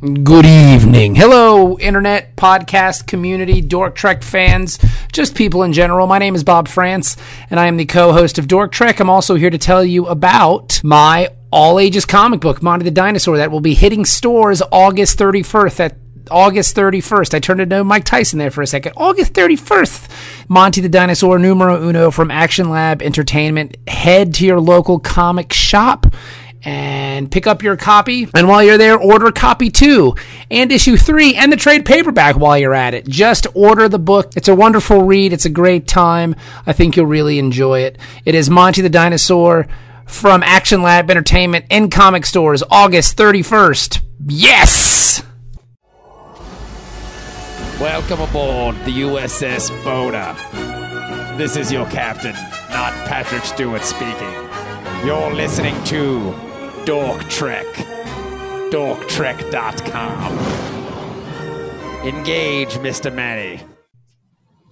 Good evening. Hello, internet, podcast, community, Dork Trek fans, just people in general. My name is Bob France, and I am the co host of Dork Trek. I'm also here to tell you about my all ages comic book, Monty the Dinosaur, that will be hitting stores August 31st. That August 31st. I turned into Mike Tyson there for a second. August 31st. Monty the Dinosaur numero uno from Action Lab Entertainment. Head to your local comic shop and pick up your copy. And while you're there, order copy two and issue three and the trade paperback while you're at it. Just order the book. It's a wonderful read. It's a great time. I think you'll really enjoy it. It is Monty the Dinosaur from Action Lab Entertainment in comic stores August 31st. Yes! Welcome aboard the USS Boda. This is your captain, not Patrick Stewart speaking. You're listening to Dork Trek. DorkTrek.com. Engage, Mr. Manny.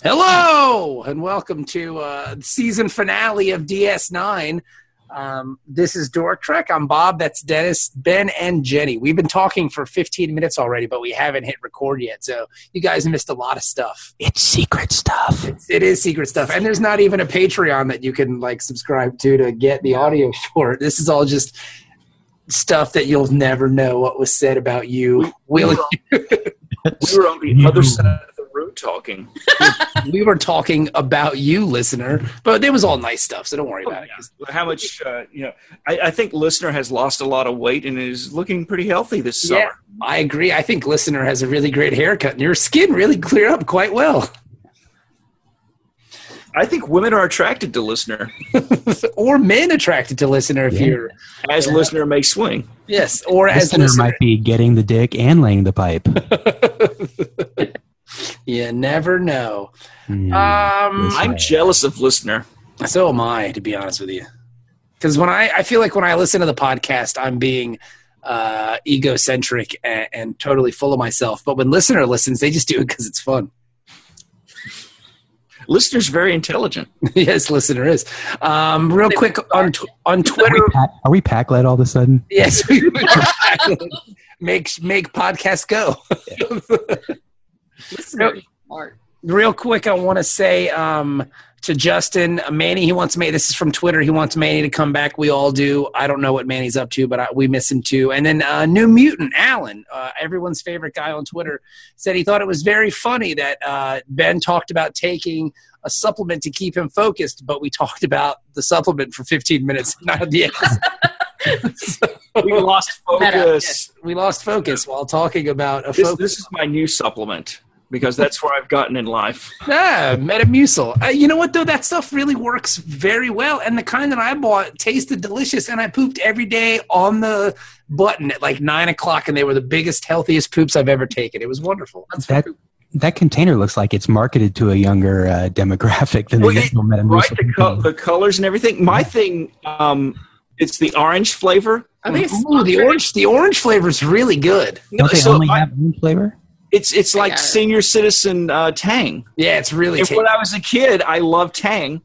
Hello and welcome to uh, season finale of DS9. Um, this is Dork Trek. I'm Bob. That's Dennis, Ben, and Jenny. We've been talking for 15 minutes already, but we haven't hit record yet. So you guys missed a lot of stuff. It's secret stuff. It's, it is secret stuff, and there's not even a Patreon that you can like subscribe to to get the audio for it. This is all just stuff that you'll never know what was said about you. Will We were on the other side of the room talking. we were talking about you, listener, but it was all nice stuff. So don't Oh, worry about it. How much, uh, you know, I, I think listener has lost a lot of weight and is looking pretty healthy this summer. Yeah, I agree. I think listener has a really great haircut, and your skin really cleared up quite well. I think women are attracted to listener, or men attracted to listener, if Yeah. you're as listener may swing. yes, or as Listener listener. might be getting the dick and laying the pipe. Um, You never know. Hmm. Um, Yes. I'm jealous of listener. so am I, to be honest with you. Because when I, I feel like when I listen to the podcast, I'm being uh, egocentric and, and totally full of myself. But when listener listens, they just do it because it's fun. Listener's very intelligent. yes, listener is. Um, real quick on tw- on are, we Twitter. pack, are we pack led all of a sudden? Yes, we make make podcasts go. Listener Nope. is smart. Real quick, I want to say um, to Justin uh, Manny. He wants Manny. This is from Twitter. He wants Manny to come back. We all do. I don't know what Manny's up to, but I, we miss him too. And then uh, New Mutant Alan, uh, everyone's favorite guy on Twitter, said he thought it was very funny that uh, Ben talked about taking a supplement to keep him focused, but we talked about the supplement for 15 minutes, not the We lost focus. we lost focus while talking about a This, focus. this is my new supplement because that's where I've gotten in life. Nah, Metamucil. Uh, you know what though? That stuff really works very well, and the kind that I bought tasted delicious, and I pooped every day on the button at like nine o'clock, and they were the biggest, healthiest poops I've ever taken. It was wonderful. That that container looks like it's marketed to a younger uh, demographic than Well, the it- original Metamucil Right, the, co- container. the colors and everything. My thing, um, it's the orange flavor. Are they Ooh, the sponsored? orange, the orange flavor's really good. No, Don't they so only I- have one flavor? it's it's like Yeah. senior citizen uh, Tang. Yeah, it's really. if tasty. when I was a kid, I loved Tang.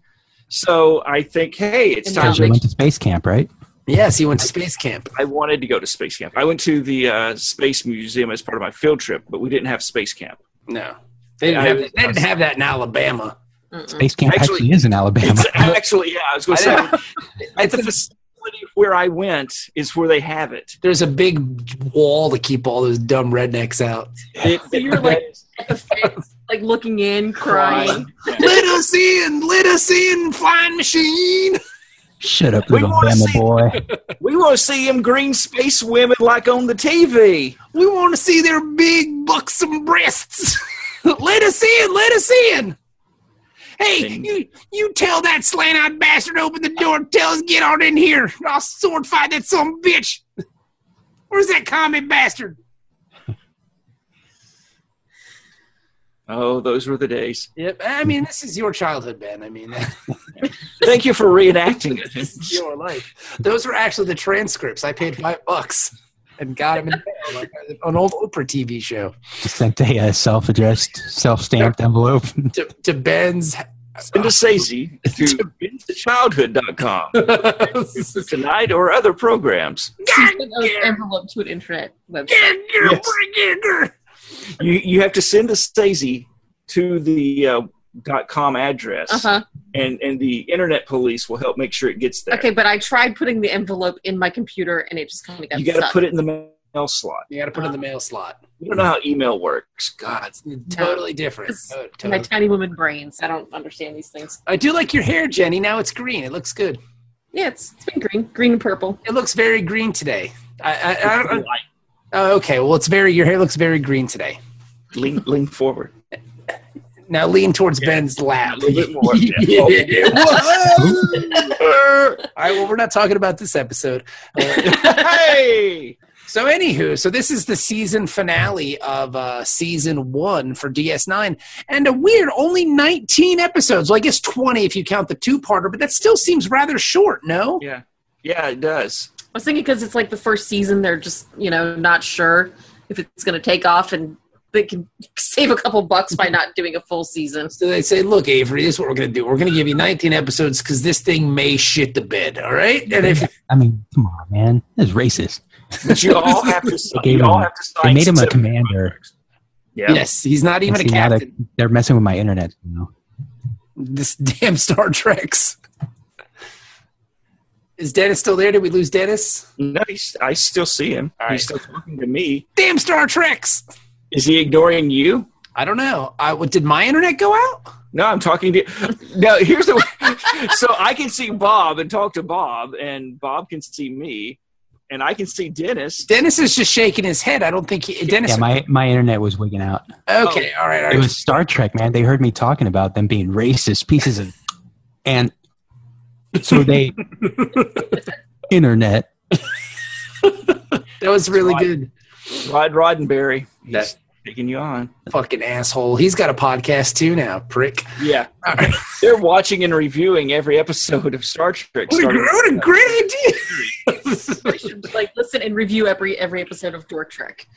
So I think, hey, it's And time. Because you went to space camp, right? Mm-hmm. yes, he went to space camp. I wanted to go to space camp. I went to the uh, space museum as part of my field trip, but we didn't have space camp. No, they didn't, Yeah, have, I- that. they didn't have that in Alabama. Mm-mm. Space camp Actually, actually, is in Alabama. It's actually, yeah, I was going to say, at the facility where I went is where they have it. There's a big wall to keep all those dumb rednecks out. It- So you're like at the fence, like looking in, crying. let us in, let us in, flying machine. Shut up, We little wanna Bama see- boy. we want to see them green space women like on the TV. We want to see their big buxom breasts. let us in, let us in. Hey, And- you you tell that slant eyed bastard to open the door and tell us get on in here. I'll sword fight that some bitch. Where's that commie bastard? Oh, those were the days. Yep. I mean, this is your childhood, Ben. I mean, Thank you for reenacting that's it. your life. Those were actually the transcripts. I paid five bucks and got them in the mail, like an old Oprah TV show. Just sent a uh, self-addressed, self-stamped envelope. to, to Ben's Send a Sazy to childhood.com Send tonight or other programs. those envelopes to an internet website. Yes. You, you have to send a Sazy to the uh, dot .com address, Uh huh. and, and the internet police will help make sure it gets there. Okay, but I tried putting the envelope in my computer and it just kind of got you got to stuck. put it in the mail slot. You got to put it in the mail slot. You don't know how email works. God, God, it's totally different. It's- Oh, my totally. tiny woman brains. I don't understand these things. I do like your hair, Jenny. Now it's green. It looks good. Yeah, it's, it's been green, green and purple. It looks very green today. I, I, Uh-huh. I, I, oh, okay. Well, it's very. Your hair looks very green today. lean, lean forward. Now lean towards Ben's lap. A little bit more. Yeah. Oh, All right. Well, we're not talking about this episode. Uh, hey! so, anywho, so this is the season finale of uh, season one for DS9, and a weird only 19 episodes. Well, I guess 20 if you count the two-parter, but that still seems rather short. No. Yeah. Yeah, it does. I was thinking because it's like the first season, they're just you know not sure if it's going to take off, and they can save a couple bucks by not doing a full season. So they say, look, Avery, this is what we're going to do. We're going to give you 19 episodes because this thing may shit the bed. All right. And if I mean, come on, man. This is racist. But you all have to. sign- gave You all him- have to sign. they made him a specific commander. contracts. Yeah. yes, he's not even a See, now they're, captain. they're messing with my internet. You know? This damn Star Trek's. Is Dennis still there? Did we lose Dennis? No, he's, I still see him. All right. He's still talking to me. Damn Star Trek's. Is he ignoring you? I don't know. I what, did my internet go out? No, I'm talking to. No, here's the. way- so I can see Bob and talk to Bob, and Bob can see me, and I can see Dennis. Dennis is just shaking his head. I don't think he, Dennis. Yeah, my, my internet was wigging out. okay, all right, all It right. was Star Trek, man. They heard me talking about them being racist pieces of. And so they. internet. that was really Right. good. Rod Roddenberry. He's That- taking you on. Fucking asshole. He's got a podcast too now, prick. Yeah, All right. they're watching and reviewing every episode of Star Trek. What a, starting- gr- what a great idea. I should like listen and review every every episode of Dork Trek,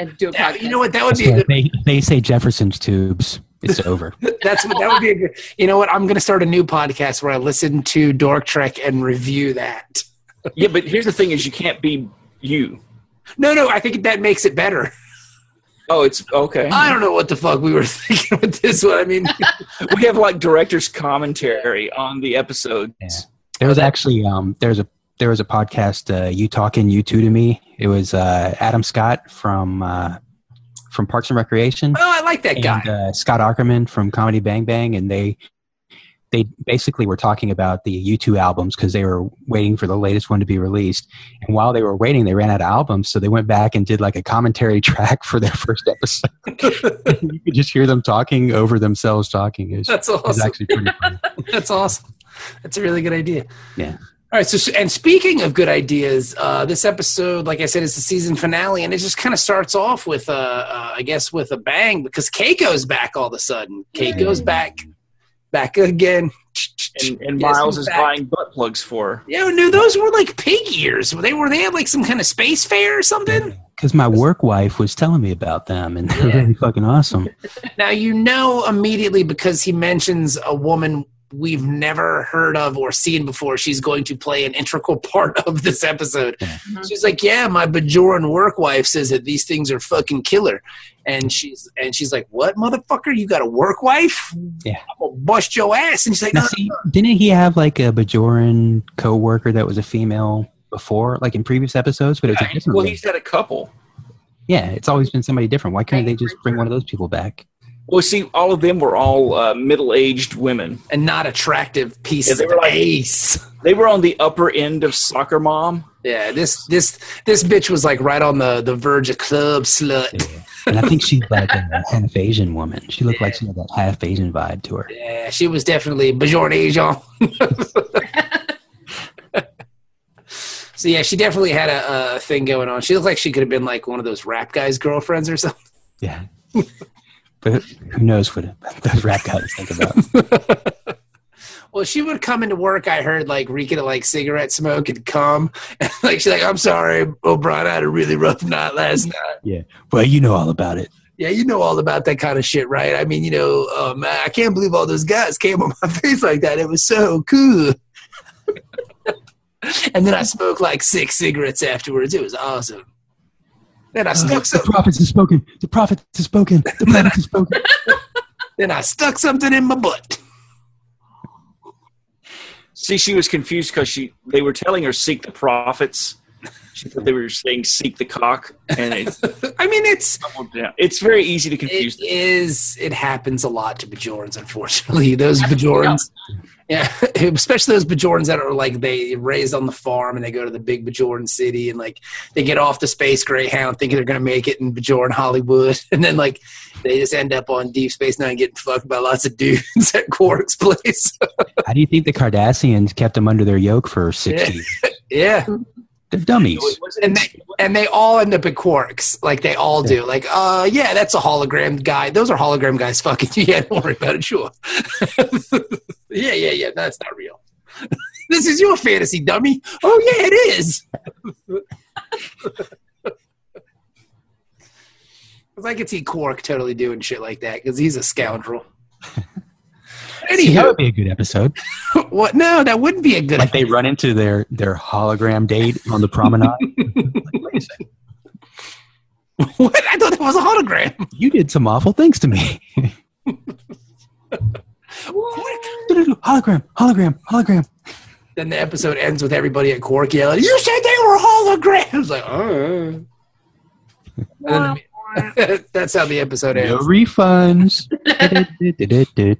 and do a Yeah, podcast. you know what? That would be a So good. they, they say Jefferson's tubes. It's over. That's what that would be a good. You know what? I'm going to start a new podcast where I listen to Dork Trek and review that. yeah, but here's the thing: is you can't be you. No, no, I think that makes it better. Oh, it's okay. I don't know what the fuck we were thinking with this one. I mean, oh, we have like director's commentary on the episodes. Yeah. There was actually um there's a there was a podcast uh, you talking you two to me. It was uh, Adam Scott from uh, from Parks and Recreation oh, I like that and guy. uh, Scott Ackerman from Comedy Bang Bang, and they they basically were talking about the U two albums because they were waiting for the latest one to be released. And while they were waiting, they ran out of albums, so they went back and did like a commentary track for their first episode. you could just hear them talking over themselves talking. It was, it That's awesome. was actually pretty funny. That's awesome. That's a really good idea. Yeah. All right. So, and speaking of good ideas, uh, this episode, like I said, is the season finale, and it just kind of starts off with, uh, uh, I guess, with a bang because Keiko's back all of a sudden. Keiko's back, back again. and, and Yes, Miles he's is back. buying butt plugs for her. Yeah, no, those were like pig ears. Were They were they had like some kind of space fair or something. because my work wife was telling me about them, and they're Yeah. really fucking awesome. Now you know immediately because he mentions a woman we've never heard of or seen before. She's going to play an integral part of this episode. Yeah. Mhm. She's like, "Yeah, my Bajoran work wife says that these things are fucking killer," and she's and she's like, "What, motherfucker? You got a work wife? Yeah. I'm gonna bust your ass." And she's like, "Uh, "No, Now, see, didn't he have like a Bajoran coworker that was a female before, like in previous episodes? But it was a different. Well, one. he's had a couple. yeah, it's always been somebody different. Why couldn't they just bring one of those people back? Well, see, all of them were all uh, middle-aged women. and not attractive Yeah, pieces they of were like- ace." They were on the upper end of soccer mom. Yeah, this this this bitch was like right on the the verge of club slut. And I think she's like a half Asian woman. She looked like she had that half Asian vibe to her. Yeah, she was definitely Bajoran Asian. so yeah, she definitely had a, a thing going on. She looked like she could have been like one of those rap guys' girlfriends or something. Yeah. But who knows what those rap guys think about? Well, she would come into work. I heard like reeking of like cigarette smoke and cum. like she's like, "I'm sorry, O'Brien. I had a really rough night last night." Well, you know all about it. Yeah, you know all about that kind of shit, right? I mean, you know, um, I can't believe all those guys came on my face like that. It was so cool. and then I smoked like six cigarettes afterwards. It was awesome. Then I stuck the some, prophets have spoken. The prophets have spoken. The prophets have spoken. then I stuck something in my butt. See, she was confused because she they were telling her seek the prophets. She thought they were saying seek the cock, and it's I mean, it's yeah, it's very easy to confuse. it is it happens a lot to Bajorans, unfortunately. Those Bajorans, yeah, especially those Bajorans that are like they raised on the farm and they go to the big Bajoran city and like they get off the space Greyhound thinking they're gonna make it in Bajoran Hollywood, and then like they just end up on Deep Space Nine getting fucked by lots of dudes at Quark's place. How do you think the Cardassians kept them under their yoke for 60 years? yeah, They're dummies. and they and they all end up at Quarks, like they all do. Like, uh, yeah, that's a hologram guy. Those are hologram guys. Fucking yeah, don't worry about it. Sure. yeah, yeah, yeah. That's not real. this is your fantasy, dummy. Oh yeah, it is. Because I could see Quark totally doing shit like that because he's a scoundrel. See, that Anyhow, would be a good episode. what? No, that wouldn't be a good. Like they run into their their hologram date on the promenade. Like, wait a second, what? I thought that was a hologram. you did some awful things to me. hologram, hologram, hologram. then the episode ends with everybody at Cork yelling, "You said they were holograms!" Like, oh. And then the- that's how the episode No ends. refunds.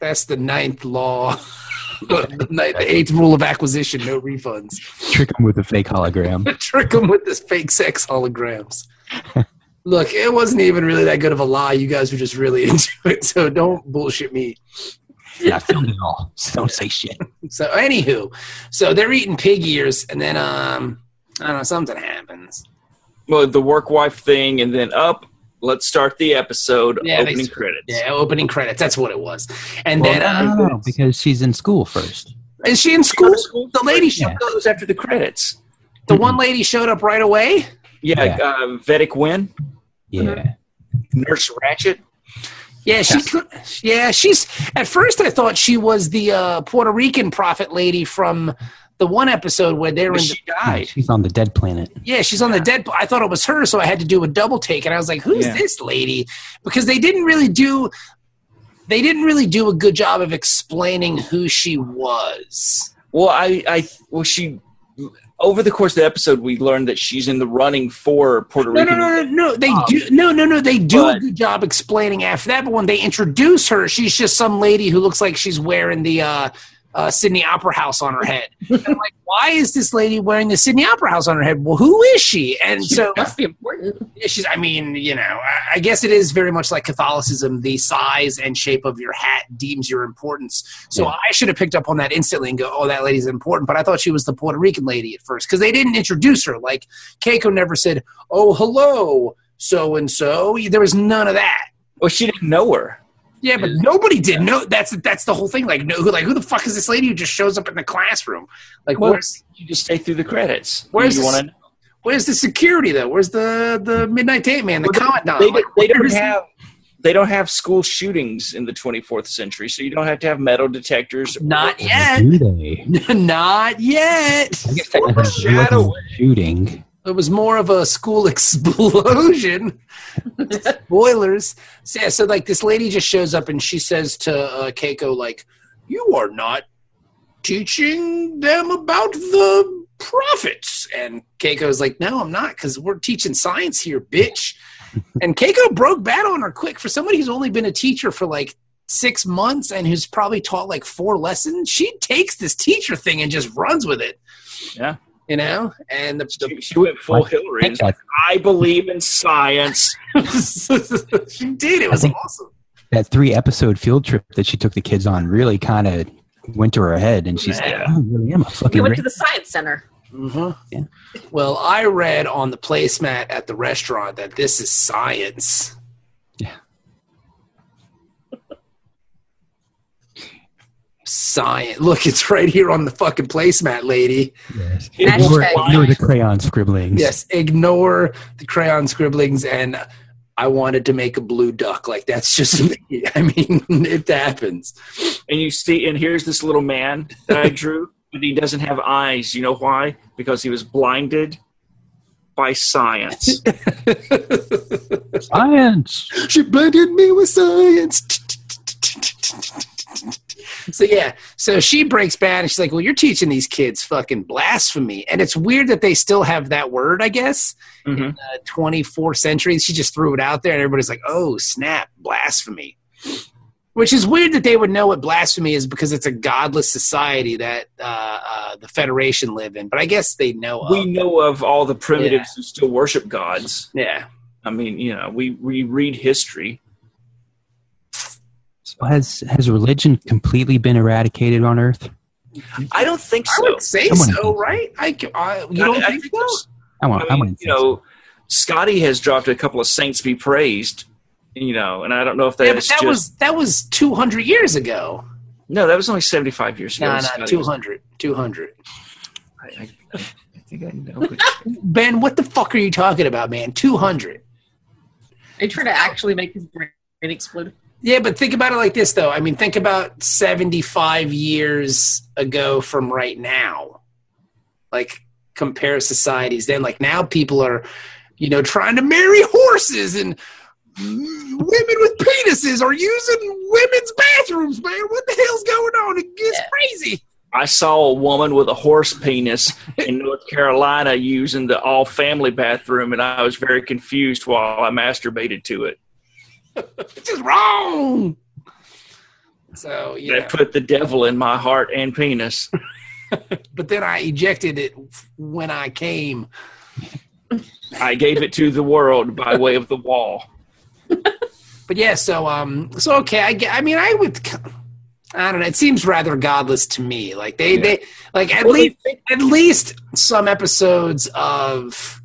That's the ninth law, the, ninth, the eighth rule of acquisition: no refunds. Trick them with a fake hologram. Trick them with this fake sex holograms. Look, it wasn't even really that good of a lie. You guys were just really into it, so don't bullshit me. Yeah, I filmed it all. So don't say shit. So, anywho, so they're eating pig ears, and then um, I don't know, something happens. Well, the work wife thing, and then up. Let's start the episode. Yeah, they- opening credits. Yeah, opening credits. That's what it was. And Well, then uh, no, no, no, Oh, because she's in school first. Is she in school? The lady, She showed, goes after the credits. the one lady showed up right away. Yeah, Uh, Vedic Win, Yeah. Nurse Ratchet. Yeah, she. could Yeah, she's. At first, I thought she was the uh, Puerto Rican prophet lady from the one episode where they were. But In the, she died. She's on the dead planet. yeah, she's on the dead. I thought it was her, so I had to do a double take, and I was like, "Who's Yeah. this lady?" Because they didn't really do. They didn't really do a good job of explaining who she was. Well, I, I, well, she. Over the course of the episode, we learned that she's in the running for Puerto No, Rican. no, no, no, no. They do. No, no, no. They do a but- good job explaining after that. But when they introduce her, she's just some lady who looks like she's wearing the uh, uh, Sydney Opera House on her head. and I'm like, why is this lady wearing the Sydney Opera House on her head? Well, who is she? And so must be important. yeah, she's. I mean, you know, I, I guess it is very much like Catholicism. The size and shape of your hat deems your importance. So Yeah. I should have picked up on that instantly and go, "Oh, that lady's important." But I thought she was the Puerto Rican lady at first because they didn't introduce her. Like Keiko never said, "Oh, hello, so and so." There was none of that. Well, she didn't know her. Yeah, but nobody did. No, that's that's the whole thing. Like, no, who, like who the fuck is this lady who just shows up in the classroom? Like, Well, where's You just stay through the credits. Where's you this- wanna- where's the security though? Where's the the midnight date man, the Well, commandant? They, Like, don't- they where don't is he? have. They don't have school shootings in the 24th century, so you don't have to have metal detectors. or- Not yet. Do they? Not yet. I guess technically she wasn't Shadow. shooting. It was more of a school explosion. Spoilers. So, yeah, so like this lady just shows up and she says to uh, Keiko, like, "You are not teaching them about the prophets." And Keiko's like, "No, I'm not, because we're teaching science here, bitch." and Keiko broke bad on her quick for somebody who's only been a teacher for like six months and who's probably taught like four lessons. She takes this teacher thing and just runs with it. Yeah. You know, and the, the She, she went full Hillary. I and was thought like, I believe in science. she did. It was I think- awesome. that three episode field trip that she took the kids on really kind of went to her head, and she's Yeah. like, "I really am a We fucking." went to Ra- the science center. Yeah. Well, I read on the placemat at the restaurant that this is science. Yeah. Science. Look, it's right here on the fucking placemat, lady. yes. Hashtag. Ignore, ignore the crayon scribblings. Yes, ignore the crayon scribblings and I wanted to make a blue duck. Like that's just me. I mean, it happens. and you see, and here's this little man that I drew, but he doesn't have eyes. You know why? Because he was blinded by science. Science. She blinded me with science. So yeah, so she breaks bad and she's like, "Well, you're teaching these kids fucking blasphemy," and it's weird that they still have that word. I guess Mhm. uh, 24th century, she just threw it out there, and everybody's like, "Oh snap, blasphemy," which is weird that they would know what blasphemy is because it's a godless society that uh, uh, the Federation live in. But I guess they know. We of. know of all the primitives who still worship gods. yeah, I mean, you know, we, we read history. Well, has has religion completely been eradicated on Earth? I don't think I so. would say Come on. so, right? I, c- I- you don't I- I think think so? there's- I want. I I mean, want. you know, Scotty has dropped a couple of saints be praised, you know, and I don't know if that's Yeah, but that just was that was 200 years ago. no, that was only seventy five years ago. No, Scotty no, was- 200, 200. I, I, I think I know. but- Ben, what the fuck are you talking about, man? 200. I try to actually make his brain explode. Yeah, but think about it like this, though. I mean, think about 75 years ago from right now. Like, compare societies then. Like, now people are, you know, trying to marry horses and mm, women with penises are using women's bathrooms, man. What the hell's going on? It gets Yeah. crazy. I saw a woman with a horse penis in North Carolina using the all family bathroom, and I was very confused while I masturbated to it. It's just wrong. So, yeah. That put the devil in my heart and penis. but then I ejected it when I came. I gave it to the world by way of the wall. But yeah, so um, so okay. I, ge- I mean, I would. I don't know. It seems rather godless to me. Like they, Yeah. they, like at Well, they least, at least some episodes of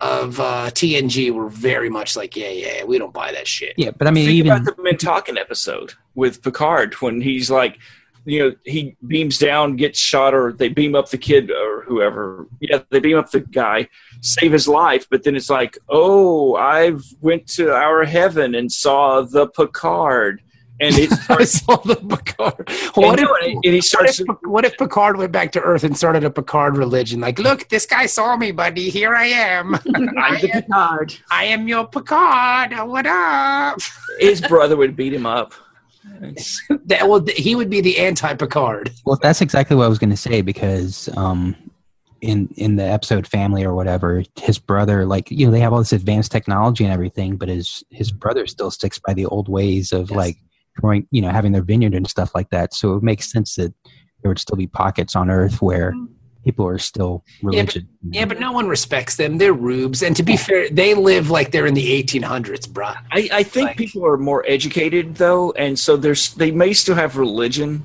of uh, TNG were very much like, yeah, yeah, we don't buy that shit. yeah, but I mean, Think even about the men talking episode with Picard when he's like, you know, he beams down, gets shot, or they beam up the kid or whoever. Yeah, they beam up the guy, save his life, but then it's like, oh, I went to our heaven and saw the Picard, and it I starts. saw the Picard. and, What if, and he what starts. if what if Picard went back to Earth and started a Picard religion? Like, look, this guy saw me, buddy. Here I am. I'm the Picard. I am your Picard. What up? His brother would beat him up. That well, he would be the anti Picard. well, that's exactly what I was going to say because um, in in the episode family or whatever, his brother, like you know, they have all this advanced technology and everything, but his his brother still sticks by the old ways of Mm-hmm. Yes. like growing, you know, having their vineyard and stuff like that. So it makes sense that there would still be pockets on Earth where people are still religious. Mm-hmm. Yeah, but no one respects them. They're rubes, and to be fair, they live like they're in the 1800s, bruh. I, I think Like- people are more educated though, and so there's they may still have religion.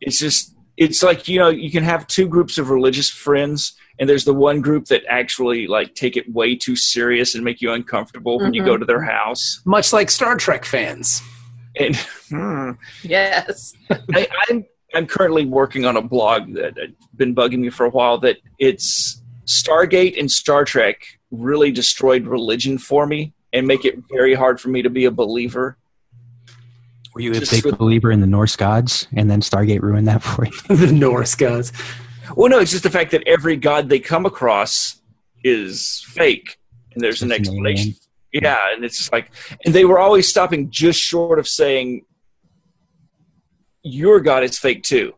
It's just it's like you know you can have two groups of religious friends, and there's the one group that actually like take it way too serious and make you uncomfortable when you Mhm. go to their house. Much like Star Trek fans. And hmm, Yes. I, I'm I'm currently working on a blog that has been bugging me for a while. That it's Stargate and Star Trek really destroyed religion for me and make it very hard for me to be a believer. Were you a Just big with- believer in the Norse gods, and then Stargate ruined that for you? the Norse guys. Well, no, it's just the fact that every god they come across is fake, and there's an Just an explanation. yeah, and it's just like, and they were always stopping just short of saying, "Your god is fake too."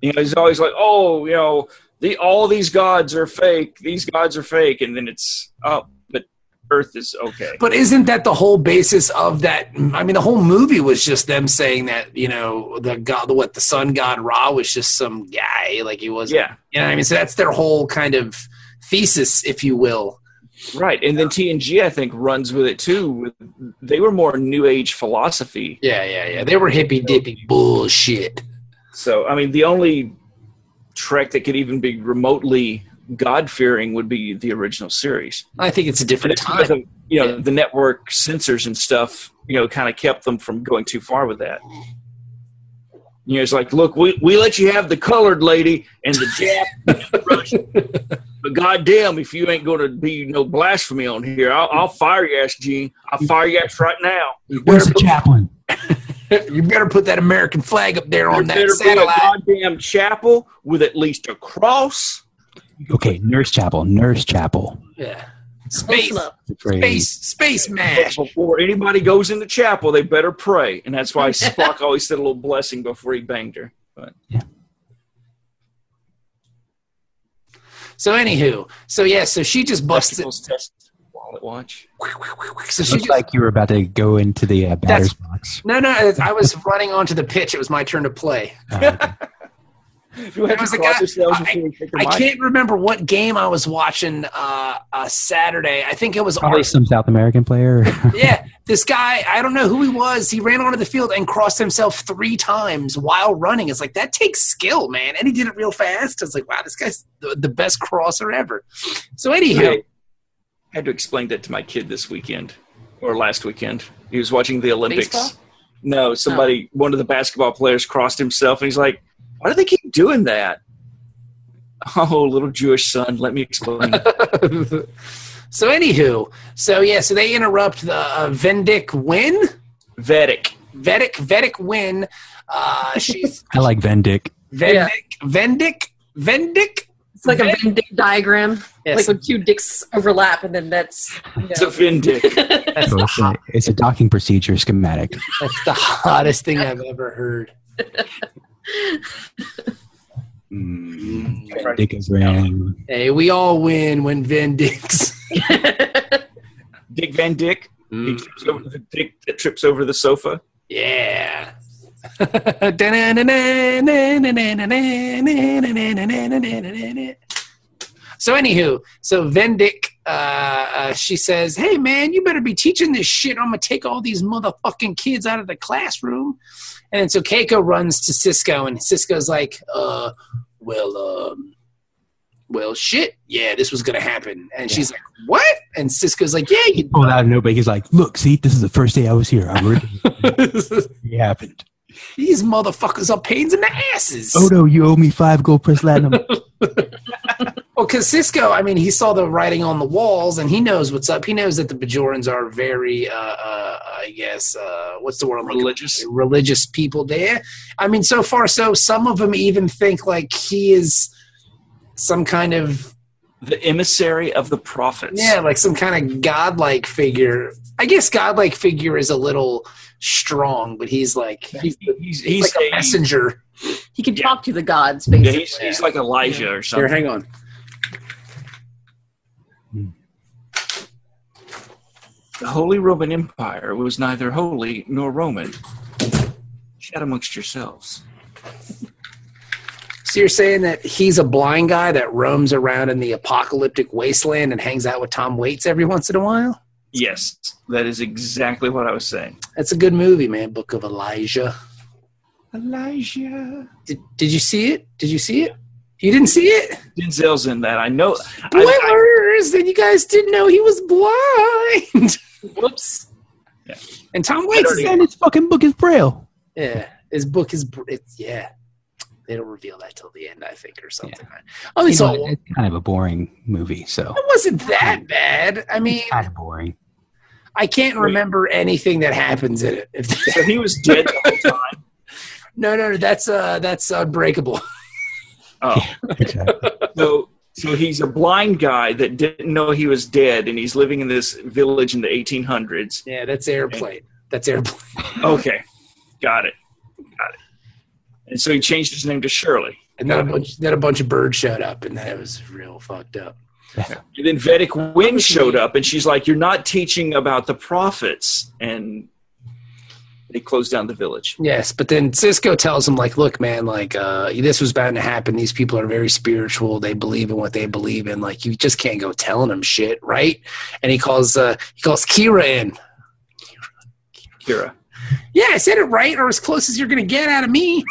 You know, it's always like, "Oh, you know, the all these gods are fake. These gods are fake," and then it's, "Oh, but Earth is okay." But isn't that the whole basis of that? I mean, the whole movie was just them saying that you know the god, what the sun god Ra was just some guy, like he wasn't. Yeah, You know what I mean? So that's their whole kind of thesis, if you will. right. And then TNG, I think, runs with it too. With they were more New Age philosophy. Yeah, yeah, yeah. They were hippy dippy bullshit. So, I mean, the only Trek that could even be remotely God fearing would be the original series. I think it's a And different it's because time. of, you know, the network censors and stuff, you know, kind of kept them from going too far with that. You know, it's like, look, we, we let you have the colored lady and the Jap. But goddamn, if you ain't going to be no blasphemy on here, I'll, I'll fire your ass, Gene. I'll fire your ass right now. You Where's better the chaplain? You better put that American flag up there on There better that be a satellite. goddamn chapel with at least a cross. Okay, nurse chapel, nurse chapel. Yeah. Listen Space, up. The phrase. space, space But mash. before anybody goes into chapel, they better pray. And that's why Spock always said a little blessing before he banged her. But So anywho, so yeah, so she just busts it. testicles test wallet watch. So she Looks just, like you were about to go into the uh, batter's box. no, no, I was running onto the pitch. It was my turn to play. Uh, okay. You have was to a cross guy- yourselves I- before you pick I your mic. can't remember what game I was watching uh, uh, Saturday. I think it was Probably some South American player. yeah, this guy, I don't know who he was. He ran onto the field and crossed himself three times while running. It's like, that takes skill, man. And he did it real fast. I was like, wow, this guy's the, the best crosser ever. So, anyhow, I had to explain that to my kid this weekend or last weekend. He was watching the Olympics. Baseball? Oh. No, somebody, one of the basketball players crossed himself and he's like, why do they keep doing that? Oh, little Jewish son, let me explain. so anywho, so yeah, so they interrupt the uh, Vendic win. Vedic. Vedic, Vedic win. Uh, she's I like Vendick. Vendic, Yeah. Vendic, Vendic. It's like a Venn dick diagram, Yes. like when two dicks overlap, and then that's. You It's a know. Vindic. that's, So the it's, hot, a, it's a docking procedure schematic. that's the hottest thing I've ever heard. Mm, Vendick is around. Hey, we all win when Vendic's. Dick Van Dick. He Mm. trips over the dick that trips over the sofa. Yeah. so anywho, so Vendic, uh, uh, she says, "Hey man, you better be teaching this shit. I'm gonna take all these motherfucking kids out of the classroom." And then so Keiko runs to Cisco, and Cisco's like, "Uh, well, um, well, shit, yeah, this was gonna happen." And she's like, "What?" And Cisco's like, "Yeah, you Pulled out of nobody. He's like, "Look, see, this is the first day I was here. I'm really it happened. these motherfuckers are pains in the asses." Odo, you owe me five gold press latinum. Well, because Cisco, I mean, he saw the writing on the walls, and he knows what's up. He knows that the Bajorans are very, uh, uh, I guess, uh, what's the word? I'm looking Religious. for? Religious people there. I mean, so far, so some of them even think like he is some kind of The emissary of the prophets. yeah, like some kind of godlike figure. I guess godlike figure is a little strong, but he's like he's, the, He's, he's he's, like a he's, a, messenger. he can Yeah. talk to the gods, yeah, basically. he's, he's like Elijah or something. hang on. The Holy Roman Empire was neither holy nor Roman. Chat amongst yourselves. So you're saying that he's a blind guy that roams around in the apocalyptic wasteland and hangs out with Tom Waits every once in a while? Yes, that is exactly what I was saying. That's a good movie, man. Book of Elijah. Elijah. Did, did you see it? Did you see it? You didn't see it? Denzel's in that. I know. I, Spoilers! Then you guys didn't know he was blind. Whoops. Yeah. And Tom Waits is in and it. his fucking book is braille. Yeah. His book is. br- It's, yeah. They don't reveal that till the end, I think, or something. I only You saw know, one. It it's kind of a boring movie, so wasn't that bad. I mean, kind of boring. I can't remember anything that happens in it. If I, so he was dead the whole time. No, no, no. That's uh, that's unbreakable. Oh, Exactly. so, so he's a blind guy that didn't know he was dead, and he's living in this village in the 1800s. Yeah, that's airplane. That's airplane. Okay, got it. Got it. And so he changed his name to Shirley. And then a bunch, then a bunch of birds showed up, and then it was real fucked up. And then Vedic Wynn showed up, and she's like, "You're not teaching about the prophets," and they closed down the village. Yes, but then Cisco tells him, like, look, man, like, uh, this was bound to happen. These people are very spiritual. They believe in what they believe in. Like, you just can't go telling them shit, right? And he calls, uh, he calls Kira in. Kira, Yeah, I said it right, or as close as you're gonna get out of me.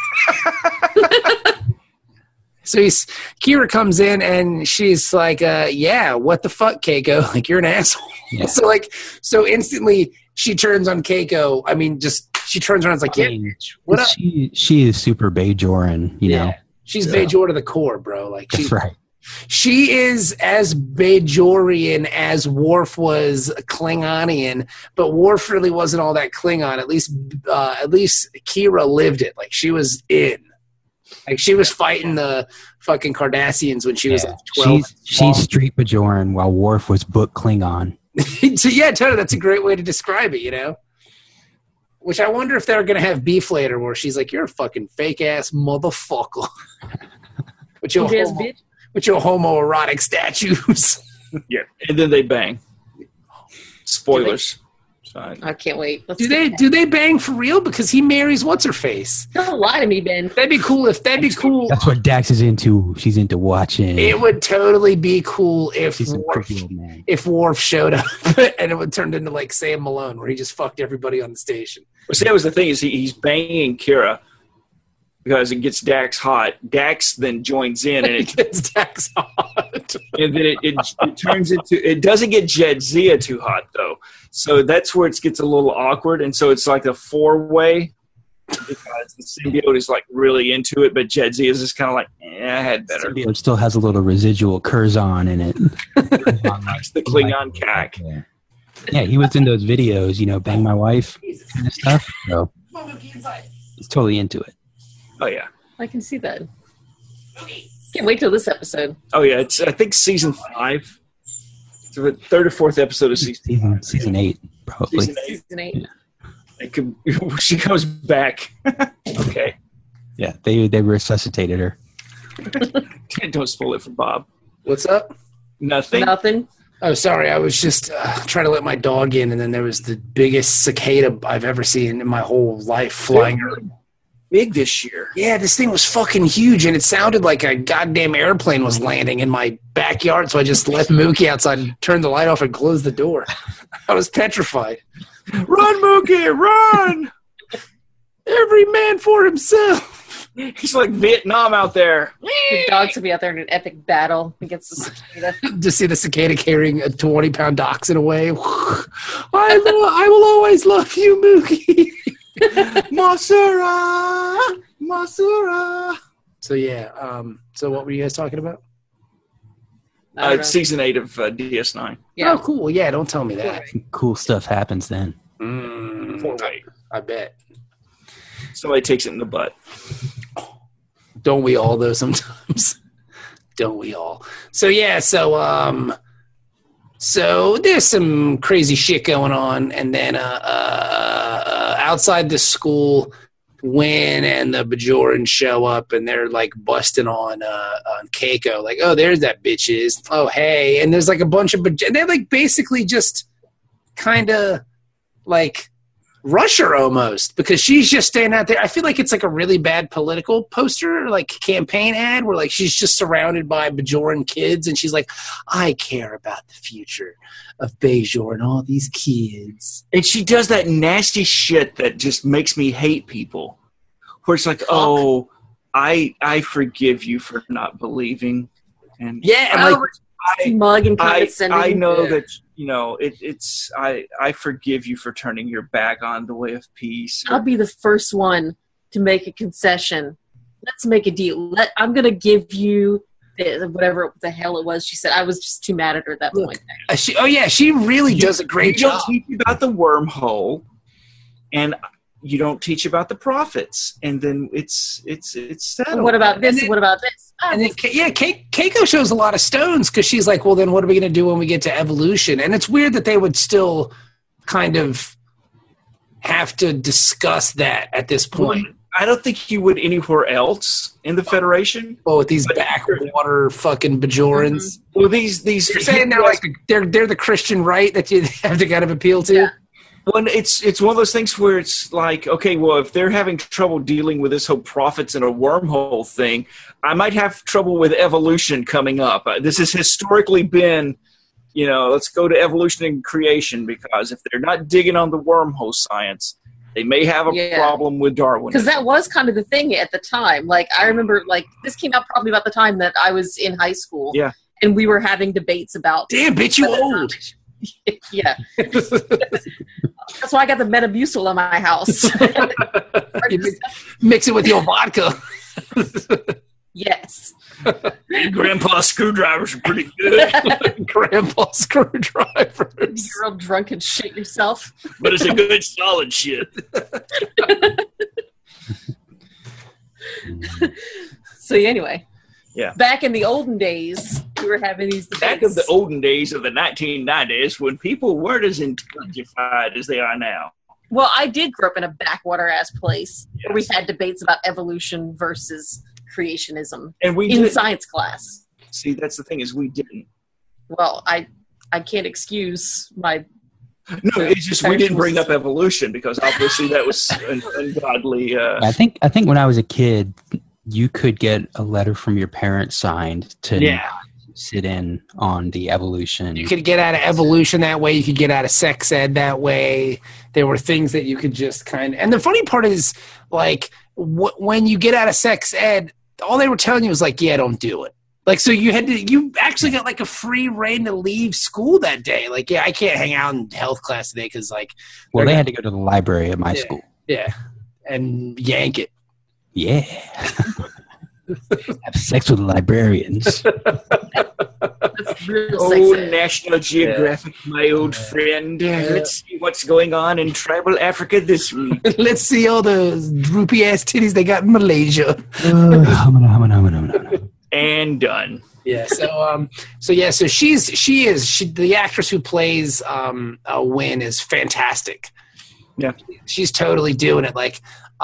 so he's Kira comes in and she's like, uh, "Yeah, what the fuck, Keiko? Like you're an asshole." Yeah. So like, so instantly she turns on Keiko. I mean, just she turns around, and is like, I "Yeah, mean, bitch, what up?" she she is super Bajoran, you Yeah. know. She's Yeah. Bajor to the core, bro. Like That's she's right. She is as Bajorian as Worf was Klingonian, but Worf really wasn't all that Klingon. At least, uh, at least Kira lived it. Like she was in. Like she was fighting the fucking Cardassians when she was like twelve. She's she's Street Bajoran while Worf was Book Klingon. so yeah, totally. That's a great way to describe it. You know. Which I wonder if they're gonna have beef later, where she's like, "You're a fucking fake ass motherfucker," with your Yes, homo, bitch. with your homoerotic statues. Yeah, and then they bang. Spoilers. Sorry. I can't wait. Let's Do get they that. do they bang for real? Because he marries what's her face. Don't lie to me, Ben. That'd be cool if that'd be cool. That's what Dax is into. She's into watching. It would totally be cool if She's a Worf, pretty old man. if Worf showed up and it would turned into like Sam Malone, where he just fucked everybody on the station. Well, see, that was the thing is he, he's banging Kira because it gets Dax hot. Dax then joins in, and it It's tax hot. and then it, it, it turns into it doesn't get Jed Zia too hot though. So that's where it gets a little awkward, and so it's like a four way because the symbiote is like really into it, but Jed Zia is just kind of like, eh, I had better. It still has a little residual Curzon in it. That's the Klingon cack. Yeah. Yeah, he was in those videos, you know, bang my wife kind of stuff. So he's totally into it. Oh yeah, I can see that. Can't wait till this episode. oh yeah. It's I think season five, it's the third or fourth episode of season. Season season eight, probably. Season eight. Season eight. It could, she comes back. okay. Yeah, they they resuscitated her. Don't spoil it for Bob. What's up? Nothing. Nothing. Oh, sorry. I was just uh, trying to let my dog in, and then there was the biggest cicada I've ever seen in my whole life flying. Big this year. Yeah, this thing was fucking huge, and it sounded like a goddamn airplane was landing in my backyard. So I just left Mookie outside, and turned the light off, and closed the door. I was petrified. Run, Mookie, run! Every man for himself. He's like Vietnam out there. The dogs will be out there in an epic battle against the cicada. to see the cicada carrying a twenty-pound dachshund away. I, lo- I will always love you, Mookie. Masura! Masura! So yeah. Um, so what were you guys talking about? I don't Uh, know. season eight of uh, DS9. yeah. Oh, cool. Yeah. Don't tell me that. Cool stuff happens then. Mm, Wait, I bet. Somebody takes it in the butt. Don't we all though sometimes? Don't we all? So yeah, so um so there's some crazy shit going on and then uh, uh, uh outside the school Win and the Bajorans show up and they're like busting on uh on Keiko like oh there's that bitch is oh hey and there's like a bunch of Baj- and they're like basically just kind of like Russia almost because she's just staying out there. I feel like it's like a really bad political poster, like campaign ad, where like she's just surrounded by Bajoran kids, and she's like, "I care about the future of Bajor and all these kids." And she does that nasty shit that just makes me hate people. Where it's like, oh, I I forgive you for not believing. And Yeah, and like Oh, smug and I, condescending. I know Yeah. that you know it, it's I I forgive you for turning your back on the way of peace. I'll be the first one to make a concession. Let's make a deal. Let I'm gonna give you the, whatever the hell it was. She said I was just too mad at her at that Look, point. uh, she, oh yeah, she really does a great you job. don't teach about the wormhole and you don't teach about the prophets and then it's it's it's settled. What about this? then- what about this? Ah, And then, Ke- yeah, Ke- Keiko shows a lot of stones because she's like, well, then what are we going to do when we get to evolution? And it's weird that they would still kind of have to discuss that at this point. i don't think you would anywhere else in the federation Well, Oh, with these But- backwater fucking Bajorans, well these these you're saying they're like they're they're the Christian right that you have to kind of appeal to. Yeah. Well, it's it's one of those things where it's like, okay, well, if they're having trouble dealing with this whole prophets and a wormhole thing, I might have trouble with evolution coming up. Uh, This has historically been, you know, let's go to evolution and creation because if they're not digging on the wormhole science, they may have a Yeah. problem with Darwin. because that was kind of the thing at the time. Like I remember, like this came out probably about the time that I was in high school. Yeah. and we were having debates about. Damn, bitch, you old. yeah, that's why I got the Metamucil in my house. You mix, mix it with your vodka. Yes. Grandpa screwdrivers are pretty good, Grandpa screwdrivers. You're real drunk and shit yourself. but it's a good solid shit. So anyway. Yeah. Back in the olden days, we were having these debates. Back in the olden days of the 1990s, when people weren't as intelligified as they are now. well, I did grow up in a backwater ass place where we Yes. had debates about evolution versus creationism And we in didn't science class. see. That's the thing is we didn't. Well, I I can't excuse my No, Yeah. it's just we didn't bring up evolution because obviously that was an ungodly. Uh, I think I think when I was a kid, you could get a letter from your parents signed to yeah, sit in on the evolution. You could get out of evolution that way. You could get out of sex ed that way. There were things that you could just kind of. And the funny part is, like, wh- when you get out of sex ed, all they were telling you was like, "Yeah, don't do it." Like, so you had to. You actually got like a free reign to leave school that day. Like, yeah, I can't hang out in health class today because, like, well, they had to go to the library at my Yeah. school. yeah, and yank it. Yeah. Have sex with librarians. real sex oh ed. uh, National Geographic, my old friend. Let's see what's going on in tribal Africa this week. Let's see all those droopy ass titties they got in Malaysia. Ugh, humana, humana, humana, humana. and done. yeah so um so yeah so she's she is she, the actress who plays um uh, Wynn is fantastic Yeah. she's totally doing it like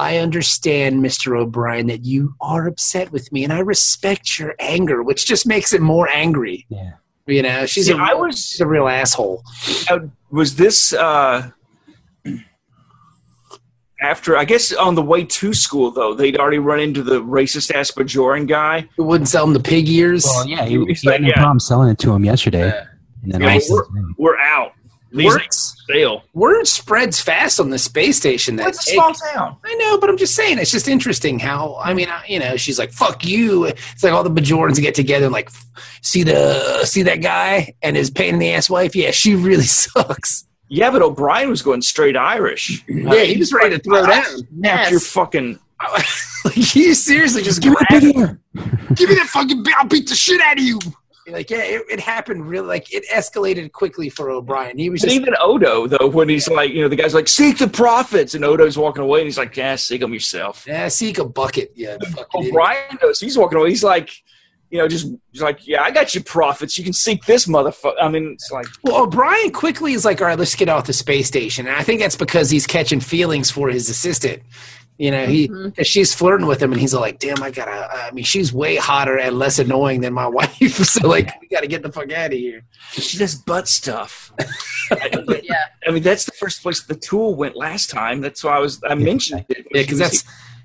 i understand mr o'brien that you are upset with me and i respect your anger which just makes it more angry Yeah. you know she's See, a I real- was- she's a real asshole Uh, was this uh, after? I guess on the way to school though, they'd already run into the racist ass Bajoran guy. who wouldn't sell him the pig ears Well, yeah, he, He's he had like, no yeah. problem selling it to him yesterday. Yeah. And then Yeah, also- We're out. These word, ain't sale. word spreads fast on the space station that It's a take- small town. I know, but I'm just saying, it's just interesting how, I mean, I, you know, she's like, fuck you. It's like all the Bajorans get together and like, see the, see that guy and his pain in the ass wife? Yeah, she really sucks. Yeah, but O'Brien was going straight Irish. Yeah, he was ready to throw down. After your fucking like, he seriously just, Give me a big ear. give me that fucking, bi- I'll beat the shit out of you. You're like, yeah, it, it happened really, like, it escalated quickly for O'Brien. He was But just, even Odo though, when he's like, you know, the guy's like, "Seek the prophets," and Odo's walking away, and he's like, "Yeah, seek them yourself." yeah, seek a bucket. Yeah, fucking idiot. O'Brien does. He's walking away. He's like, you know, just he's like, "Yeah, I got you, prophets. You can seek this motherfucker." I mean, it's like, Well, O'Brien quickly is like, all right, let's get off the space station. And I think that's because he's catching feelings for his assistant. You know, he cause she's flirting with him, and he's like, damn, I gotta, uh, I mean, she's way hotter and less annoying than my wife. So, like, we gotta get the fuck out of here. she does butt stuff. Yeah. I mean, that's the first place the tool went last time. That's why I was I mentioned it. Yeah, because that's.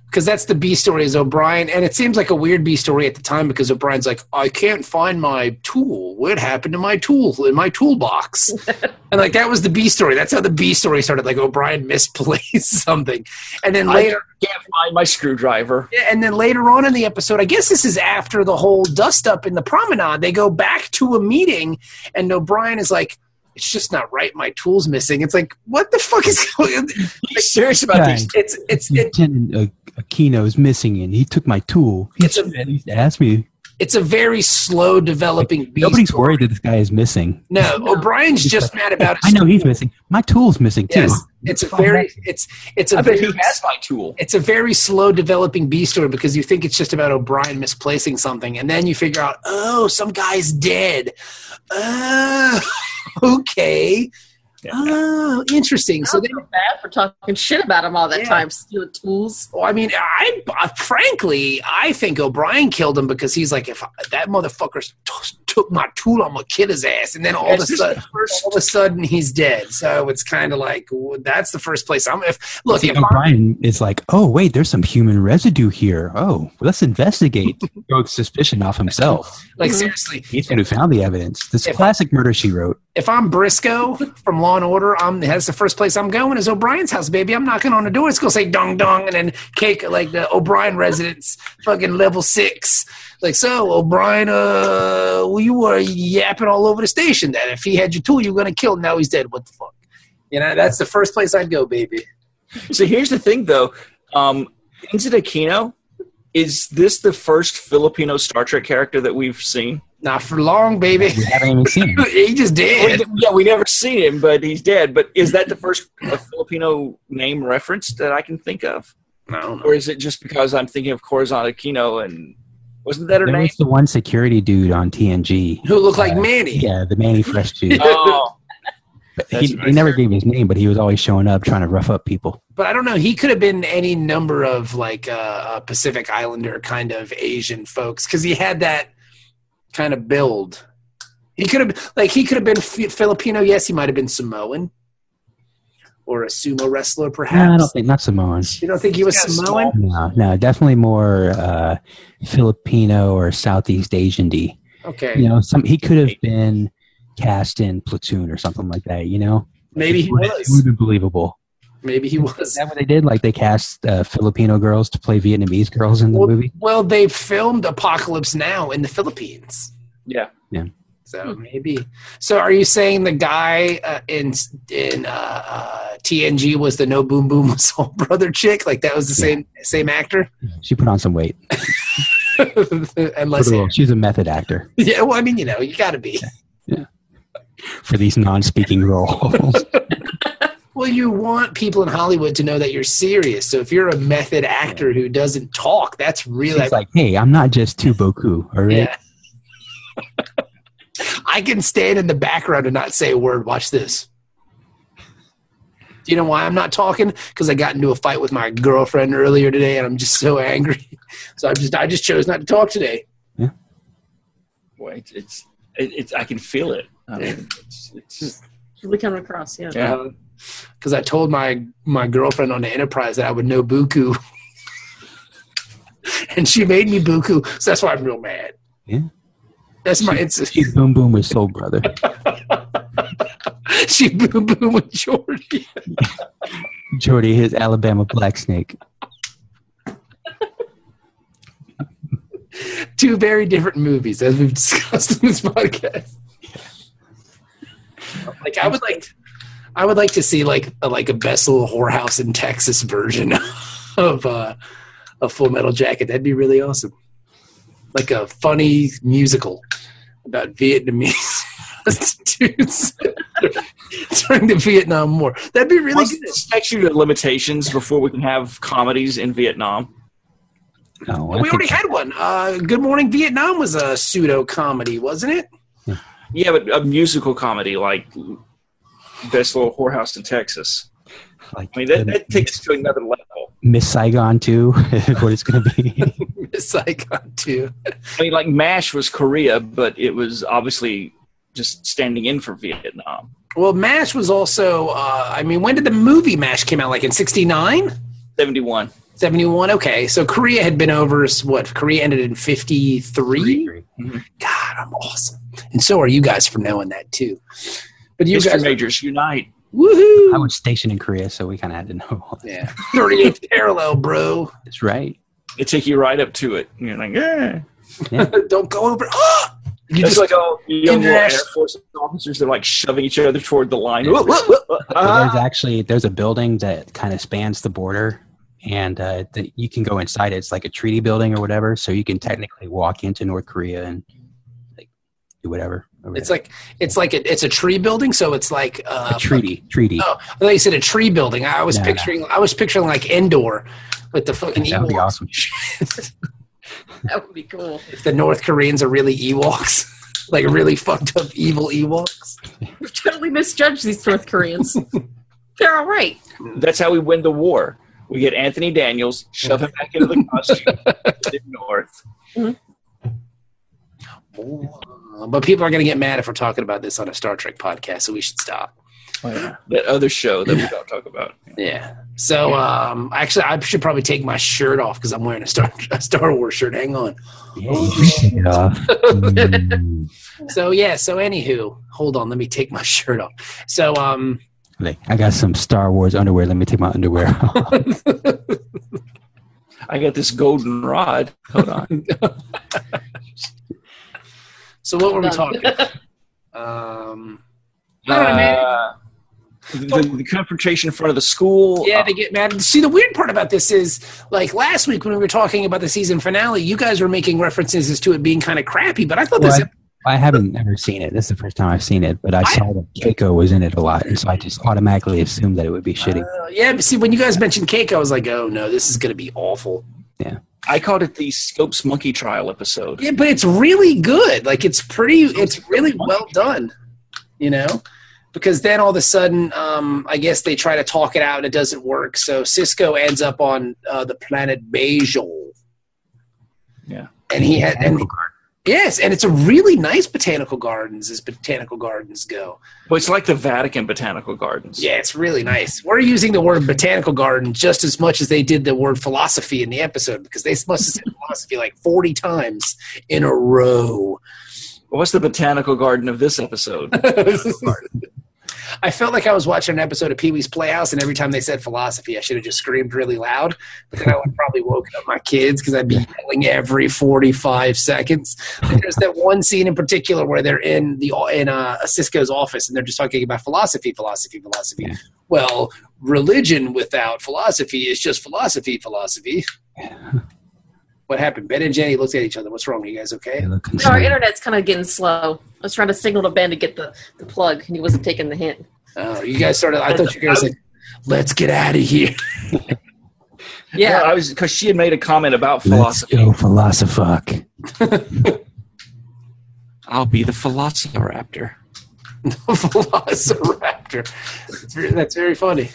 Because that's the B story is O'Brien, and it seems like a weird B story at the time because O'Brien's like, I can't find my tool. What happened to my tool in my toolbox? and like that was the B story. That's how the B story started. Like O'Brien misplaced something, and then later later. I can't find my screwdriver. Yeah, and then later on in the episode, I guess this is after the whole dust up in the promenade, they go back to a meeting, and O'Brien is like, it's just not right. My tool's missing. It's like, what the fuck is going on? He's serious about these. It's, it's, it, Lieutenant uh, Aquino's missing, and he took my tool. He It's a- used to ask me. it's a very slow developing beast. Nobody's worried that this guy is missing. No, O'Brien's just mad about I his know he's missing. My tool's missing too. Yes, it's a very, it's, it's a I bet very, he has my tool. it's a very slow developing B story because you think it's just about O'Brien misplacing something, and then you figure out, oh, some guy's dead. Oh, okay. Oh, interesting. So So then, feel bad for talking shit about him all that Yeah. time, stealing tools. well, I mean, I uh, frankly, I think O'Brien killed him because he's like, if I, that motherfucker t- took my tool, I'm gonna kill his ass, and then all of a That's just sudden. the first- All of a sudden, he's dead. So it's kind of like w- that's the first place I'm. If look, See, if I'm- O'Brien is like, oh wait, there's some human residue here. Oh, let's investigate. Throw suspicion off himself. like Mm-hmm. Mhm. seriously, He's the one who found the evidence. This If- classic murder she wrote. if I'm Briscoe from Law and Order, I'm that's the first place I'm going is O'Brien's house, baby. I'm knocking on the door. It's gonna say dong dong, and then cake like the O'Brien residence, fucking level six. Like so, O'Brien, uh, well, you were yapping all over the station that if he had your tool, you were gonna kill. him. Now he's dead. What the fuck? You know, that's the first place I'd go, babaybecause So here's the thing, though. Um, Enzo Aquino is this the first Filipino Star Trek character that we've seen? Not for long, baby. We haven't even seen him. he just We- did. yeah, we never seen him, but he's dead. But is that the first uh, Filipino name reference that I can think of, I don't know. or is it just because I'm thinking of Corazon Aquino and wasn't that her There name? was the one security dude on TNG. Who looked like Uh, Manny? Yeah, the Manny Fresh dude. Oh, he, that's he right. never gave his name, but he was always showing up trying to rough up people. But I don't know. He could have been any number of like uh, uh, Pacific Islander kind of Asian folks because he had that kind of build. He could have like he could have been Fi- Filipino. Yes, he might have been Samoan or a sumo wrestler, perhaps. No, I don't think not Samoan. you don't think he was Yeah, small. Samoan? No, no, definitely more uh, Filipino or Southeast Asian D. Okay, You know, some he could have been cast in Platoon or something like that. You know, maybe he It would- It would was. be believable. Maybe he Is was. that what they did? Like they cast uh, Filipino girls to play Vietnamese girls in the Well- movie. Well, they filmed Apocalypse Now in the Philippines. yeah. So maybe. So are you saying the guy uh, in in uh, uh, TNG was the No Boom Boom Soul Brother chick? Like that was the same same actor? She put on some weight. Unless She's a method actor yeah, well, I mean, you know, you got to be. for these non-speaking roles. Well, you want people in Hollywood to know that you're serious. So if you're a method actor who doesn't talk, that's really She's like, hey, I'm not just too boku. All right. yeah. I can stand in the background and not say a word. Watch this. Do you know why I'm not talking? Because I got into a fight with my girlfriend earlier today, and I'm just so angry. So I just I just chose not to talk today. Boy, it's it's, it, it's I can feel it. I mean, it's, it's uh, really coming across. Yeah. yeah. Because I told my my girlfriend on the Enterprise that I would know Buku, and she made me Buku. So that's why I'm real mad. Yeah. That's my. It's She's boom boom with Soul Brother. she boom boom with Jordy. Jordy, his Alabama Black Snake. two very different movies as we've discussed in this podcast. Like I would like, I would like to see like a, like a Bessel whorehouse in Texas version of uh, a Full Metal Jacket. That'd be really awesome. Like a funny musical about Vietnamese prostitutes during the Vietnam War. That'd be really What's good. the statute of limitations before we can have comedies in Vietnam? Oh, I We think- already had one. Uh, Good Morning Vietnam was a pseudo comedy, wasn't it? Yeah, but a musical comedy like Best Little Whorehouse in Texas. like, I mean, that, that takes it to another level. Miss Saigon too. is what it's going to be. Saigon too. I mean, like MASH was Korea, but it was obviously just standing in for Vietnam. Well, MASH was also, uh, I mean, when did the movie MASH came out? Like in 69? 71. 71? Okay. So Korea had been over, s- what? Korea ended in 53? God, I'm awesome. And so are you guys for knowing that too. But you History guys, majors unite. I woohoo! was stationed in Korea, so we kind of had to know. Yeah. 38th parallel, bro. That's right. They take you right up to it. And you're like, yeah. Don't go over. Ah! You It's just like all young little Air International- Force officers, they're like shoving each other toward the line. Whoa, whoa, whoa, whoa. So there's actually there's a building that kind of spans the border, and uh, that you can go inside. It's like a treaty building or whatever, so you can technically walk into North Korea and like do whatever. over It's there. like it's like a, it's a tree building, so it's like uh, a treaty. Treaty. Oh, I thought you said a tree building. I was No, no. picturing I was picturing like indoor with the fucking that would be Ewoks. awesome. That would be cool. If the North Koreans are really Ewoks, like really fucked up evil Ewoks. We've totally misjudged these North Koreans. They're all right. That's how we win the war. We get Anthony Daniels, shove him back into the costume, send him north. But people are going to get mad if we're talking about this on a Star Trek podcast, so we should stop. That other show that we don't talk about. Yeah. So um, actually, I should probably take my shirt off because I'm wearing a Star a Star Wars shirt. Hang on. Yeah, you should take it off. Mm. So yeah. So anywho, hold on. Let me take my shirt off. So um, Like, I got some Star Wars underwear. Let me take my underwear off. I got this golden rod. Hold on. so what were we Done. talking? um. I don't know, man. Uh, the, the confrontation in front of the school. Yeah, Uh, they get mad. See, the weird part about this is, like last week when we were talking about the season finale, you guys were making references as to it being kind of crappy, but I thought this. Well, I haven't ever seen it. This is the first time I've seen it, but I, saw that Keiko was in it a lot, and so I just automatically assumed that it would be shitty. Uh, yeah, but see, when you guys mentioned cake, I was like, oh no, this is going to be awful. I called it the Scopes Monkey Trial episode. Yeah, but it's really good. Like, it's pretty, it's really well done, you know? Because then all of a sudden, um, I guess they try to talk it out and it doesn't work. So Cisco ends up on uh, the planet Bajol. Yeah. And he had, and, yes, and it's a really nice botanical gardens as botanical gardens go. Well, it's like the Vatican Botanical Gardens. Yeah, it's really nice. We're using the word botanical garden just as much as they did the word philosophy in the episode because they must have said philosophy like 40 times in a row. What's the botanical garden of this episode? I felt like I was watching an episode of Pee Wee's Playhouse, and every time they said philosophy, I should have just screamed really loud. But then I would have probably woken up my kids because I'd be yelling every 45 seconds. Like, There's that one scene in particular where they're in the in uh, Cisco's office and they're just talking about philosophy, philosophy, philosophy. Yeah. Well, religion without philosophy is just philosophy, philosophy. What happened? Ben and Jenny looked at each other. What's wrong? You guys okay? They look No, our concerned. internet's kind of getting slow. I was trying to signal to Ben to get the, the plug, and he wasn't taking the hint. Oh, you guys started. I thought you guys like, let's get out of here. Yeah. I was because she had made a comment about Let's philosophy. go philosophuck. I'll be the Velociraptor. Velociraptor. That's very, that's very funny.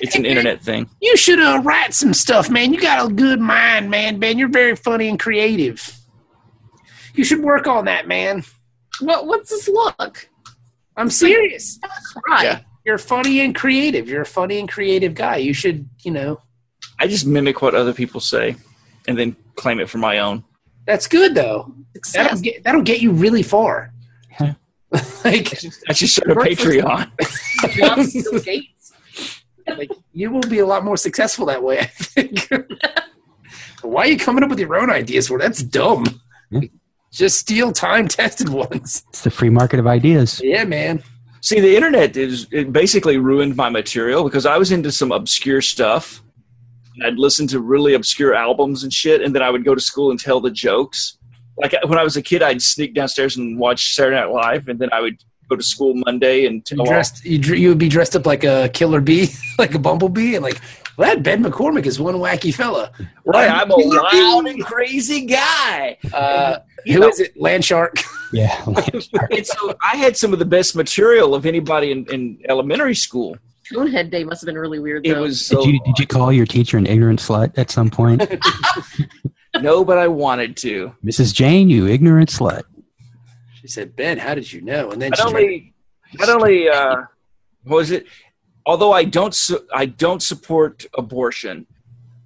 It's an internet thing. You should uh, write some stuff, man. You got a good mind, man. Ben, you're very funny and creative. You should work on that, man. What, what's this look? I'm serious. Right. Yeah. You're funny and creative. You're a funny and creative guy. You should, you know. I just mimic what other people say, and then claim it for my own. That's good though. Success. That'll get that'll get you really far. Yeah. like, I should start a Work for- Patreon. Lobs to the gates. like you will be a lot more successful that way. I think. Why are you coming up with your own ideas? Well, that's dumb. Hmm? Yeah. Just steal time-tested ones. It's the free market of ideas. Yeah, man. See, the internet is it basically ruined my material because I was into some obscure stuff. And I'd listen to really obscure albums and shit, and then I would go to school and tell the jokes. Like I- when I was a kid, I'd sneak downstairs and watch Saturday Night Live, and then I would go to school Monday and tell You all- dressed, you, dr- you would be dressed up like a killer bee, like a bumblebee, and like well, that Ben McCormick is one wacky fella. Um, Right, I'm a wild and crazy guy. Uh, You who know. is it? Landshark. Yeah. And so I had some of the best material of anybody in, in elementary school. Conehead Day must have been really weird, It though. was so did, you, did you call your teacher an ignorant slut at some point? no, but I wanted to. Mrs. Jane, you ignorant slut. She said, "Ben, how did you know?" And then Not she tried- only, not only uh, what was it? Although I don't, su- I don't support abortion.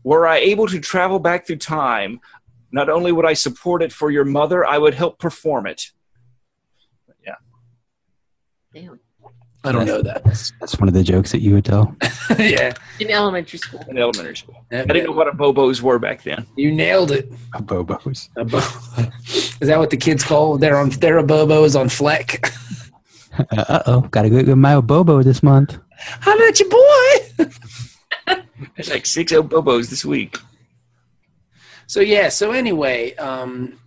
Were I able to travel back through time, not only would I support it for your mother, I would help perform it. Damn. I don't know that. That's, that's one of the jokes that you would tell. yeah, In elementary school. In elementary school, Yeah, I didn't know what a bobos were back then. you nailed it. A Bobos. A bo- is that what the kids call? They're on. They're a bobos on Fleck. Uh oh, got to go get my Bobo this month. How about your boy? It's like six oh bobos this week. So yeah. So anyway, um,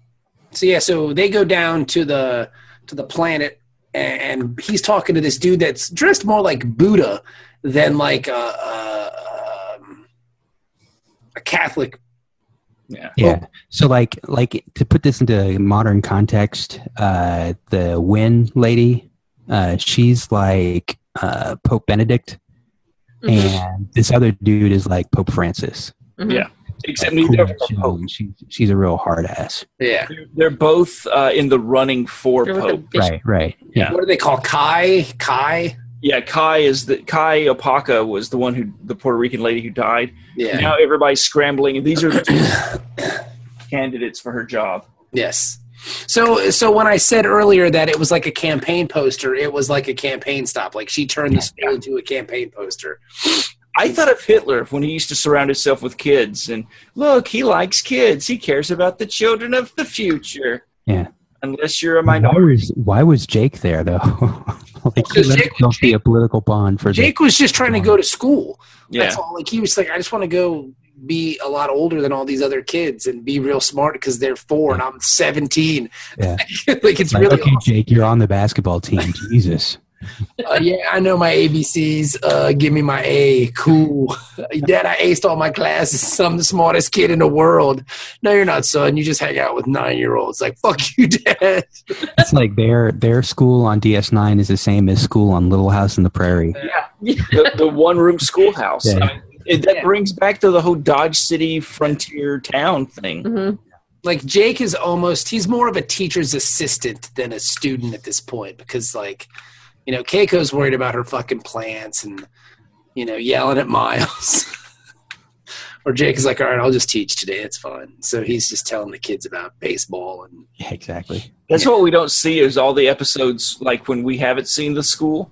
so yeah. So they go down to the to the planet, and, and he's talking to this dude that's dressed more like Buddha than like a a, um, a Catholic. Yeah. Oh, So like like to put this into modern context, uh the Win lady, uh she's like uh Pope Benedict Mm-hmm. and this other dude is like Pope Francis. Mhm. Yeah. Except neither of them She's- are pope. she's she's a real hard ass. Yeah. They're- They're both uh, in the running for They're with the pope. bishop. right. Yeah. What do they call Kai? Kai. Yeah, Kai is the Kai Apaca was the one who the Puerto Rican lady who died. Yeah. Now everybody's scrambling, and these are the two candidates for her job. Yes. So so when I said earlier that it was like a campaign poster, it was like a campaign stop. Like she turned the school into a campaign poster. I thought of Hitler when he used to surround himself with kids, and look, he likes kids. He cares about the children of the future. Yeah. unless you're a Why minority. was, why was Jake there though? like, Because let Jake- don't be a political bond for Jake was just trying to go to school. Yeah. That's all. Like he was like, I just want to go be a lot older than all these other kids and be real smart because they're four and I'm 17. Yeah. like it's Like, really okay, Jake, you're on the basketball team. Jesus. uh, yeah, I know my ABCs. Uh, give me my A. Cool. Dad, I aced all my classes. I'm the smartest kid in the world. No, you're not, son. You just hang out with nine year olds. Like, fuck you, Dad. It's like their their school on DS9 is the same as school on Little House in the Prairie. the, the one room schoolhouse. Yeah. I mean, it, that brings back to the whole Dodge City frontier town thing. Mhm. Like, Jake is almost, he's more of a teacher's assistant than a student at this point because, like, you know, Keiko's worried about her fucking plants and, you know, yelling at Miles. or Jake is like, all right, I'll just teach today. It's fine. So he's just telling the kids about baseball and Yeah, exactly. That's what we don't see is all the episodes like when we haven't seen the school.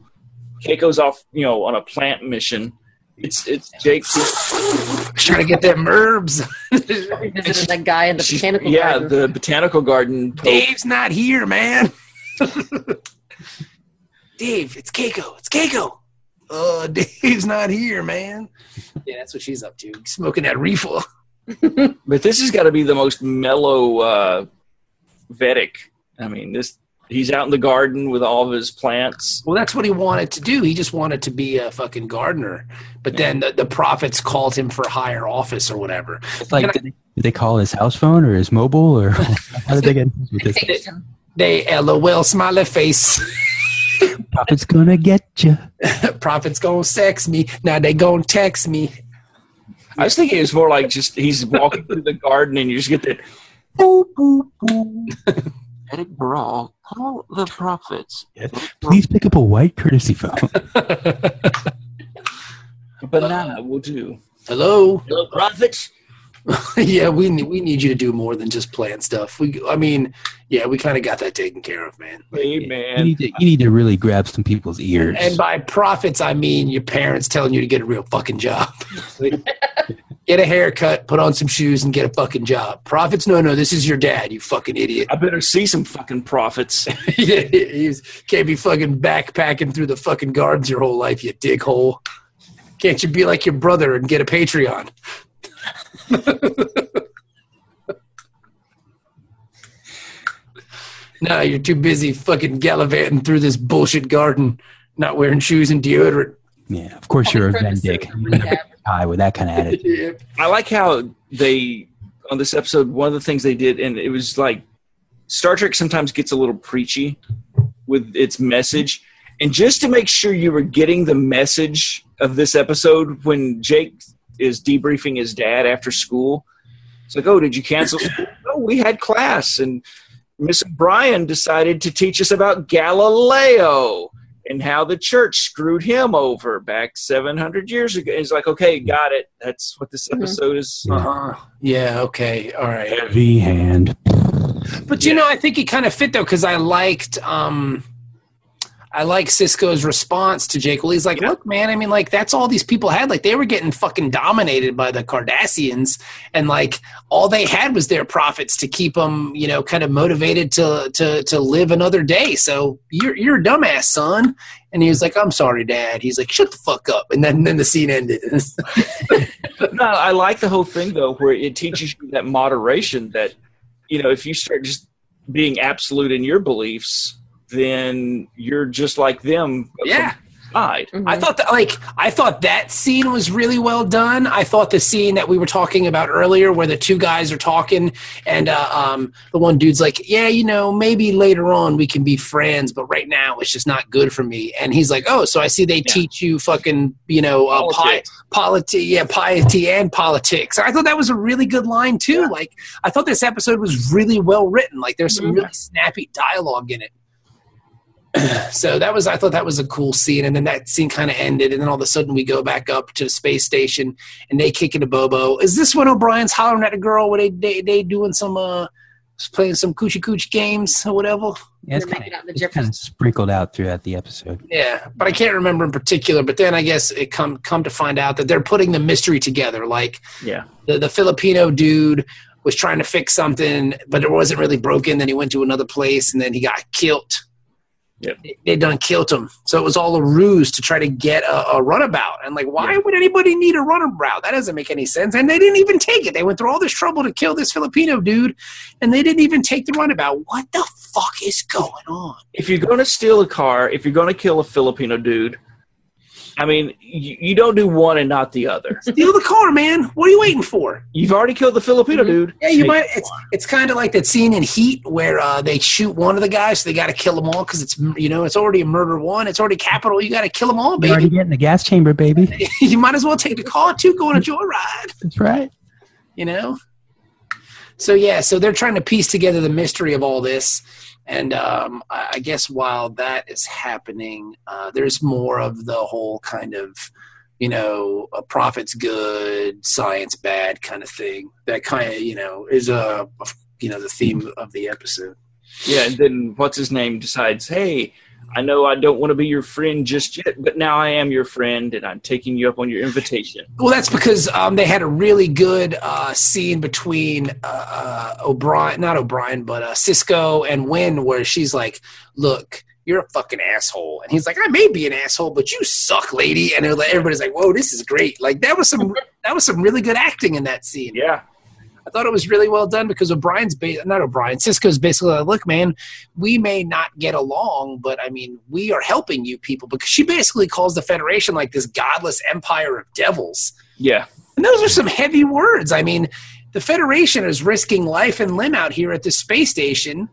Keiko's off, you know, on a plant mission. It's it's Jake. trying to get them herbs. Visited that guy in the she's- botanical yeah, garden. the botanical garden. Pope. Dave's not here, man. Dave, it's Keiko. It's Keiko. Uh, Dave's not here, man. Yeah, that's what she's up to. Smoking that refill. But this has got to be the most mellow uh, Vedic. I mean, this he's out in the garden with all of his plants. Well, that's what he wanted to do. He just wanted to be a fucking gardener. But then the, the prophets called him for higher office or whatever. It's like, did they, did they call his house phone or his mobile or how did they get with this? They LOL smiley face. Prophet's gonna get you. prophets gonna sex me. Now they gonna text me. I was thinking it was more like just he's walking through the garden and you just get that Eric Brawl, call the prophets. Please pick up a white courtesy phone. banana will do. Hello. The prophets. yeah, we need, we need you to do more than just plant stuff. We, I mean, yeah, we kind of got that taken care of, man. you, Amen. need to, you need to really grab some people's ears. And by profits, I mean your parents telling you to get a real fucking job. get a haircut, put on some shoes, and get a fucking job. Profits, no, no, this is your dad, you fucking idiot. I better see some fucking prophets. Yeah, you can't be fucking backpacking through the fucking gardens your whole life, you dickhole. Can't you be like your brother and get a Patreon? no, you're too busy fucking gallivanting through this bullshit garden, not wearing shoes and deodorant. yeah, of course you're a Van Dyke high with that kind of attitude. I like how they on this episode one of the things they did and it was like Star Trek sometimes gets a little preachy with its message and just to make sure you were getting the message of this episode when Jake is debriefing his dad after school it's like oh did you cancel school? no we had class and Miss O'Brien decided to teach us about Galileo and how the church screwed him over back 700 years ago. And it's like, okay, got it. That's what this Mhm. episode is. Yeah. Uh-huh. Yeah, okay, all right. Heavy hand. But you know, I think it kind of fit though because I liked, um, I like Cisco's response to Jake. Well, he's like, "Look, man, I mean, like that's all these people had. Like they were getting fucking dominated by the Cardassians, and like all they had was their profits to keep them, you know, kind of motivated to to to live another day. So you're you're a dumbass, son." And he was like, "I'm sorry, Dad." He's like, "Shut the fuck up." And then then the scene ended. No, I like the whole thing, though, where it teaches you that moderation that, you know, if you start just being absolute in your beliefs, then you're just like them. but from Yeah. the Side. Mm-hmm. I thought that like I thought that scene was really well done. I thought the scene that we were talking about earlier, where the two guys are talking, and uh, um, the one dude's like, "Yeah, you know, maybe later on we can be friends, but right now it's just not good for me." And he's like, "Oh, so I see they teach you fucking, you know, uh, pi- Politics. polity, yeah, piety and politics." I thought that was a really good line too. Like, I thought this episode was really well written. Like, there's some really snappy dialogue in it so that was i thought that was a cool scene and then that scene kind of ended and then all of a sudden we go back up to the space station and they kick into bobo is this when o'brien's hollering at a girl where they they, they doing some uh playing some coochie cooch games or whatever Yeah, it's They're kind making out the of, it's kind of sprinkled out throughout the episode. yeah but i can't remember in particular but then i guess it come come to find out that they're putting the mystery together like Yeah. the, the filipino dude was trying to fix something, but it wasn't really broken. Then he went to another place, and then he got killed. Yep. They- They done killed him. So it was all a ruse to try to get a, a runabout. And like, why Yeah. would anybody need a runabout? That doesn't make any sense. And they didn't even take it. They went through all this trouble to kill this Filipino dude, and they didn't even take the runabout. What the fuck is going on? if you're going to steal a car, if you're going to kill a Filipino dude, I mean, you, you don't do one and not the other. Steal the car, man. What are you waiting for? You've already killed the Filipino dude. Mm-hmm. Yeah, you Take might. It's it's kind of like that scene in Heat where uh, they shoot one of the guys, so they got to kill them all because it's you know it's already a murder one, it's already capital. You got to kill them all, You're already Oh, baby. getting the gas chamber, baby. you might as well take the car too, go on a joyride. That's right. You know. So yeah, so they're trying to piece together the mystery of all this, and um, I I guess while that is happening, uh, there's more of the whole kind of you know a profit's good, science bad kind of thing. That kind of you know is a you know the theme of the episode. Yeah, and then what's his name decides, hey, I know I don't want to be your friend just yet, but now I am your friend and I'm taking you up on your invitation. Well, that's because um, they had a really good uh, scene between uh, uh, O'Brien, not O'Brien, but uh, Cisco and Wynn, where she's like, "Look, you're a fucking asshole," and he's like, "I may be an asshole, but you suck, lady." And they're like- everybody's like, "Whoa, this is great!" Like that was some that was some really good acting in that scene. Yeah. I thought it was really well done because O'Brien's ba- not O'Brien. Cisco's basically like, look, man, we may not get along, but I mean, we are helping you people because she basically calls the Federation like this godless empire of devils. Yeah. And those are some heavy words. I mean, the Federation is risking life and limb out here at this space station,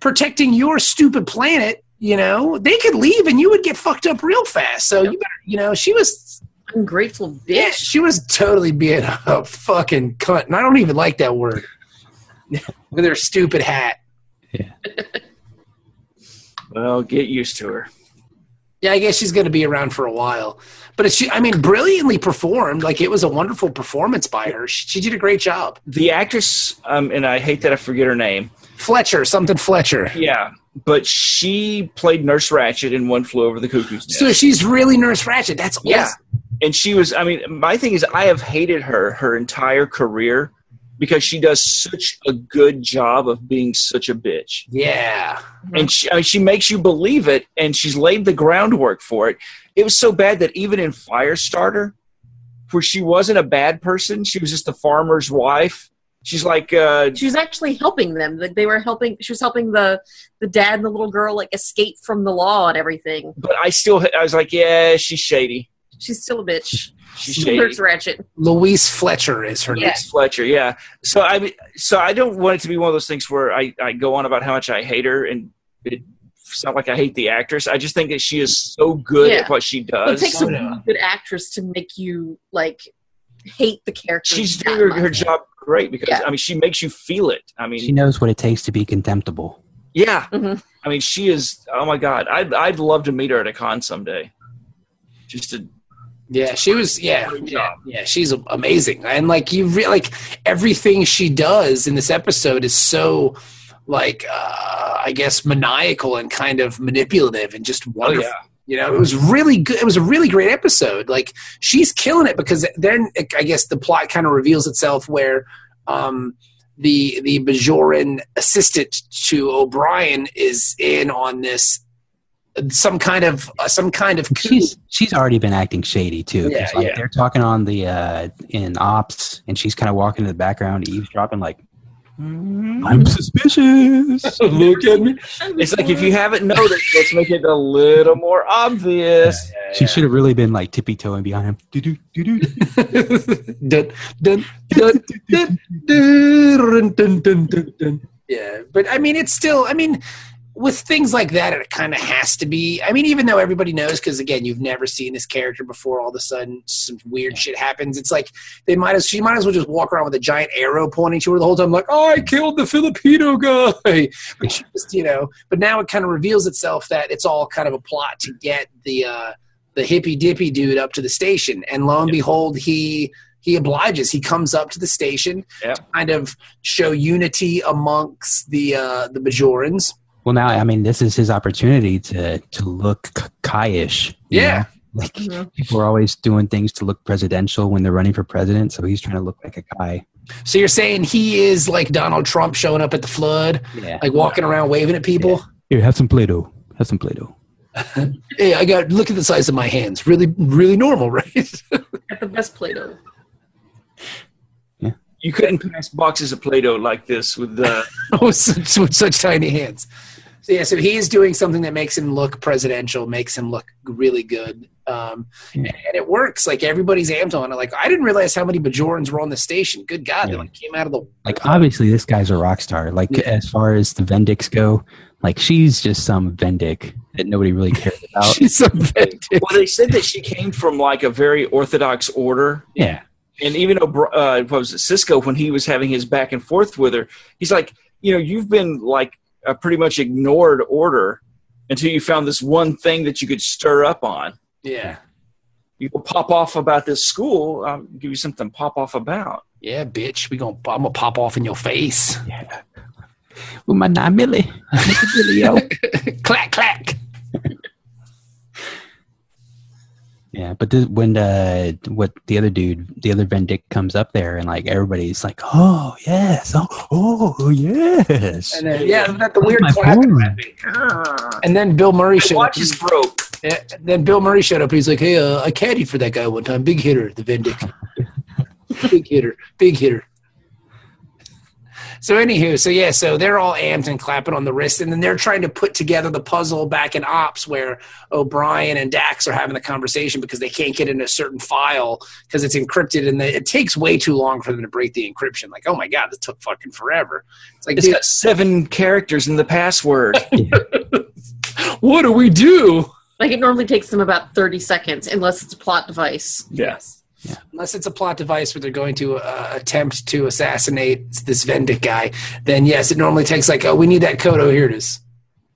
protecting your stupid planet. You know, they could leave and you would get fucked up real fast. So you better, you know, she was, Ungrateful yeah, bitch. she was totally being a fucking cunt. And I don't even like that word with her stupid hat. Well, get used to her. Yeah, I guess she's going to be around for a while. But she, I mean, brilliantly performed. Like it was a wonderful performance by her. She, she did a great job. The actress, um, and I hate that I forget her name. Fletcher, something Fletcher. Yeah. But she played Nurse Ratchet in One Flew Over the Cuckoo's Nest. So she's really Nurse Ratchet. That's awesome. Yeah. And she was, I mean, my thing is, I have hated her her entire career because she does such a good job of being such a bitch. Yeah. And she, I mean, she makes you believe it, and she's laid the groundwork for it. It was so bad that even in Firestarter, where she wasn't a bad person, she was just a farmer's wife. She's like, uh, She was actually helping them. Like they were helping. She was helping the the dad and the little girl like escape from the law and everything. but I still, I was like, yeah, she's shady. She's still a bitch. She's She shady. hurts Ratchet. Louise Fletcher is her Yeah. name. It's Fletcher, yeah. So I mean, so I don't want it to be one of those things where I, I go on about how much I hate her, and it, it's not like I hate the actress. I just think that she is so good Yeah. at what she It does. takes a Soda. really good actress to make you like hate the character. She's that doing her, much. her job great because Yeah. I mean, she makes you feel it. I mean, She knows what it takes to be contemptible. yeah. Mhm. I mean, she is. Oh my God, I'd I'd love to meet her at a con someday. Just to Yeah, she was. Yeah, Great yeah, job. yeah, she's amazing. And like you, re- like everything she does in this episode is so, like, uh, I guess maniacal and kind of manipulative and just oh wonderful. yeah, You know, it was really good. It was a really great episode. Like she's killing it because then I guess the plot kind of reveals itself where um, the the Bajoran assistant to O'Brien is in on this some kind of uh, some kind of coup. She's she's already been acting shady too. 'cause, Yeah, like, yeah. They're talking on the uh, in ops, and she's kind of walking in the background, eavesdropping, like, "I'm suspicious." Look at me. it's like if you haven't noticed, let's make it a little more obvious. She should have really been like tippy toeing behind him. Do-do, do-do, do-do. dun, dun, dun, dun, dun, dun, dun, dun, dun. Yeah, but I mean, it's still. I mean, with things like that, it kind of has to be. I mean, even though everybody knows, because again, you've never seen this character before. All of a sudden, some weird shit happens. It's like they might as she might as well just walk around with a giant arrow pointing to her the whole time, like I killed the Filipino guy. But she just, you know. But now it kind of reveals itself that it's all kind of a plot to get the. uh the hippy dippy dude up to the station, and lo and behold, he he obliges. He comes up to the station Yep. to kind of show unity amongst the uh, the Bajorans. well, now I mean, this is his opportunity to to look k- Kai-ish. you Yeah. know? like Mhm. people are always doing things to look presidential when they're running for president, so he's trying to look like a Kai. So you're saying he is like Donald Trump showing up at the flood, Yeah. like walking around waving at people? Here, have some Play-Doh. Have some Play-Doh. Hey, I got look at the size of my hands. Really, really normal, right? Got the best Play-Doh. You couldn't pass boxes of Play-Doh like this with the. with, such, with such tiny hands. So yeah, so he is doing something that makes him look presidential, makes him look really good, um, Yeah. and it works. Like everybody's amped on it. Like I didn't realize how many Bajorans were on the station. Good God, they Yeah. like came out of the Like, obviously, this guy's a rock star. Like, Yeah. as far as the Vendicks go, like, she's just some Vendic that nobody really cares about. She's so vindictive. well, they said that she came from like a very orthodox order, yeah. and even Obr- uh, what was it, Cisco, when he was having his back and forth with her, he's like, you know, you've been like a pretty much ignored order until you found this one thing that you could stir up on. Yeah, You go pop off about this school. I'll give you something to pop off about. yeah, bitch. We gonna I'm gonna pop off in your face. With my nine milli. Milli, yo. clack clack. Yeah, but this, when uh, what the other dude, the other Vendic comes up there, and like everybody's like, "Oh yes, oh, oh yes." And then, yeah, that the weird my clap. boy. And then Bill Murray showed up. Watch is broke. Yeah, and Eh, then Bill Murray showed up. He's like, "Hey, uh, I caddied for that guy one time. Big hitter, the Vindic. big hitter, big hitter." So, anywho, so yeah, so they're all amped and clapping on the wrist, and then they're trying to put together the puzzle back in Ops where O'Brien and Dax are having the conversation because they can't get in a certain file because it's encrypted, and they, it takes way too long for them to break the encryption. Like, oh my god, this took fucking forever. It's like, It's dude, got seven characters in the password. what do we do? Like it normally takes them about 30 seconds, unless it's a plot device. Yes. unless it's a plot device where they're going to uh, attempt to assassinate this Vendic guy, then yes, it normally takes like, oh, we need that code. Oh, here it is.